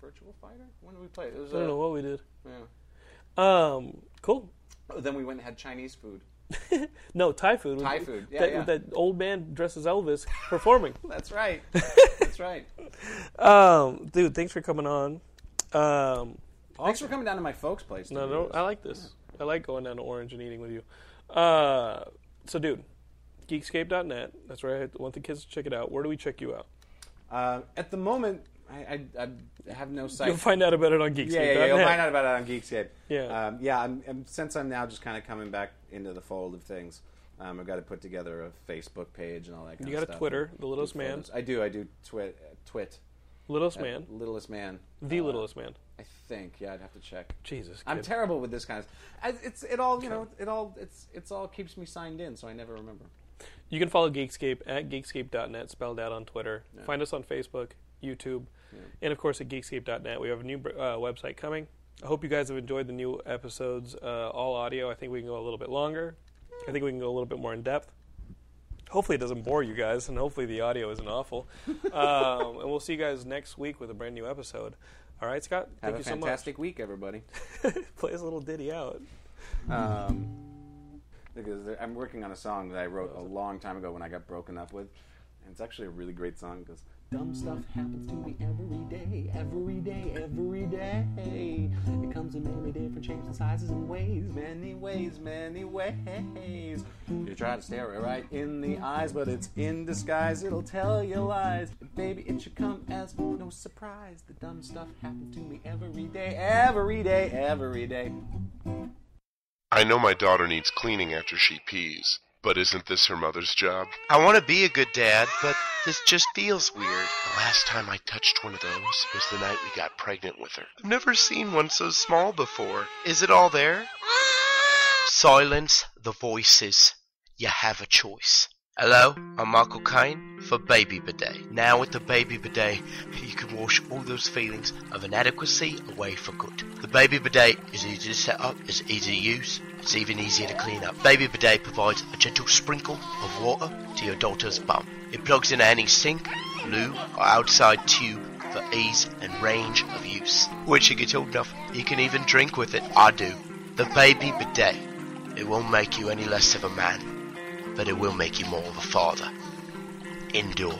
Speaker 7: Virtual Fighter. When did we play? It was.
Speaker 5: I don't
Speaker 7: uh,
Speaker 5: know what we did.
Speaker 7: yeah.
Speaker 5: Um, cool.
Speaker 7: Oh, Then we went and had Chinese food.
Speaker 5: No, Thai food.
Speaker 7: Thai food, yeah,
Speaker 5: that,
Speaker 7: yeah.
Speaker 5: that old man dressed as Elvis performing.
Speaker 7: That's right. That's right.
Speaker 5: Um, dude, thanks for coming on. Um,
Speaker 9: Thanks for coming down to my folks' place.
Speaker 5: no, no, I like this. I like going down to Orange and eating with you. Uh, so, dude, geekscape.net. That's where I want the kids to check it out. Where do we check you out?
Speaker 7: Uh, at the moment, I, I, I have no sight.
Speaker 5: You'll find out about it on Geekscape.
Speaker 7: yeah, yeah, yeah, you'll find out about it on Geekscape.
Speaker 5: Yeah.
Speaker 7: um, yeah. I'm, I'm, since I'm now just kind of coming back into the fold of things, um, I've got to put together a Facebook page and all that. kind
Speaker 5: You
Speaker 7: of
Speaker 5: got a
Speaker 7: stuff.
Speaker 5: Twitter,
Speaker 7: and
Speaker 5: The Littlest
Speaker 7: do
Speaker 5: Man.
Speaker 7: photos. I do. I do twit, uh, twit,
Speaker 5: Littlest
Speaker 7: at
Speaker 5: man.
Speaker 7: littlest man.
Speaker 5: The
Speaker 7: Uh,
Speaker 5: littlest man.
Speaker 7: I think. Yeah, I'd have to check.
Speaker 5: Jesus.
Speaker 7: I'm
Speaker 5: kid.
Speaker 7: terrible with this kind of. I- It's it all you know. It all it's it's all keeps me signed in, so I never remember.
Speaker 5: You can follow Geekscape at geekscape.net, spelled out on Twitter. Find us on Facebook, YouTube, and of course at geekscape.net. We have a new uh, website coming. I hope you guys have enjoyed the new episodes, uh, all audio. I think we can go a little bit longer. I think we can go a little bit more in depth. Hopefully, it doesn't bore you guys, and hopefully, the audio isn't awful. um, and we'll see you guys next week with a brand new episode. All right, Scott?
Speaker 7: Have
Speaker 5: thank you
Speaker 7: a fantastic week, everybody.
Speaker 5: so much. Play us a little ditty out.
Speaker 7: um, because there- I'm working on a song that I wrote a long time ago when I got broken up with, and it's actually a really great song. It goes, "Dumb stuff happens to me every day, every day, every day. It comes in many different shapes and sizes and ways, many ways, many ways. You try to stare it right in the eyes, but it's in disguise. It'll tell you lies, baby. It should come as no surprise. The dumb stuff happens to me every day, every day, every day."
Speaker 1: I know my daughter needs cleaning after she pees, but isn't this her mother's job?
Speaker 10: I want to be a good dad, but this just feels weird.
Speaker 1: The last time I touched one of those was the night we got pregnant with her. I've never seen one so small before.
Speaker 10: Is it all there? Silence the voices. You have a choice. Hello, I'm Michael Caine for Baby Bidet. Now, with the Baby Bidet, you can wash all those feelings of inadequacy away for good. The Baby Bidet is easy to set up, it's easy to use, it's even easier to clean up. Baby Bidet provides a gentle sprinkle of water to your daughter's bum. It plugs into any sink, loo, or outside tube for ease and range of use. Once you get old enough, you can even drink with it. I do. The Baby Bidet. It won't make you any less of a man but it will make you more of a father. Indoor.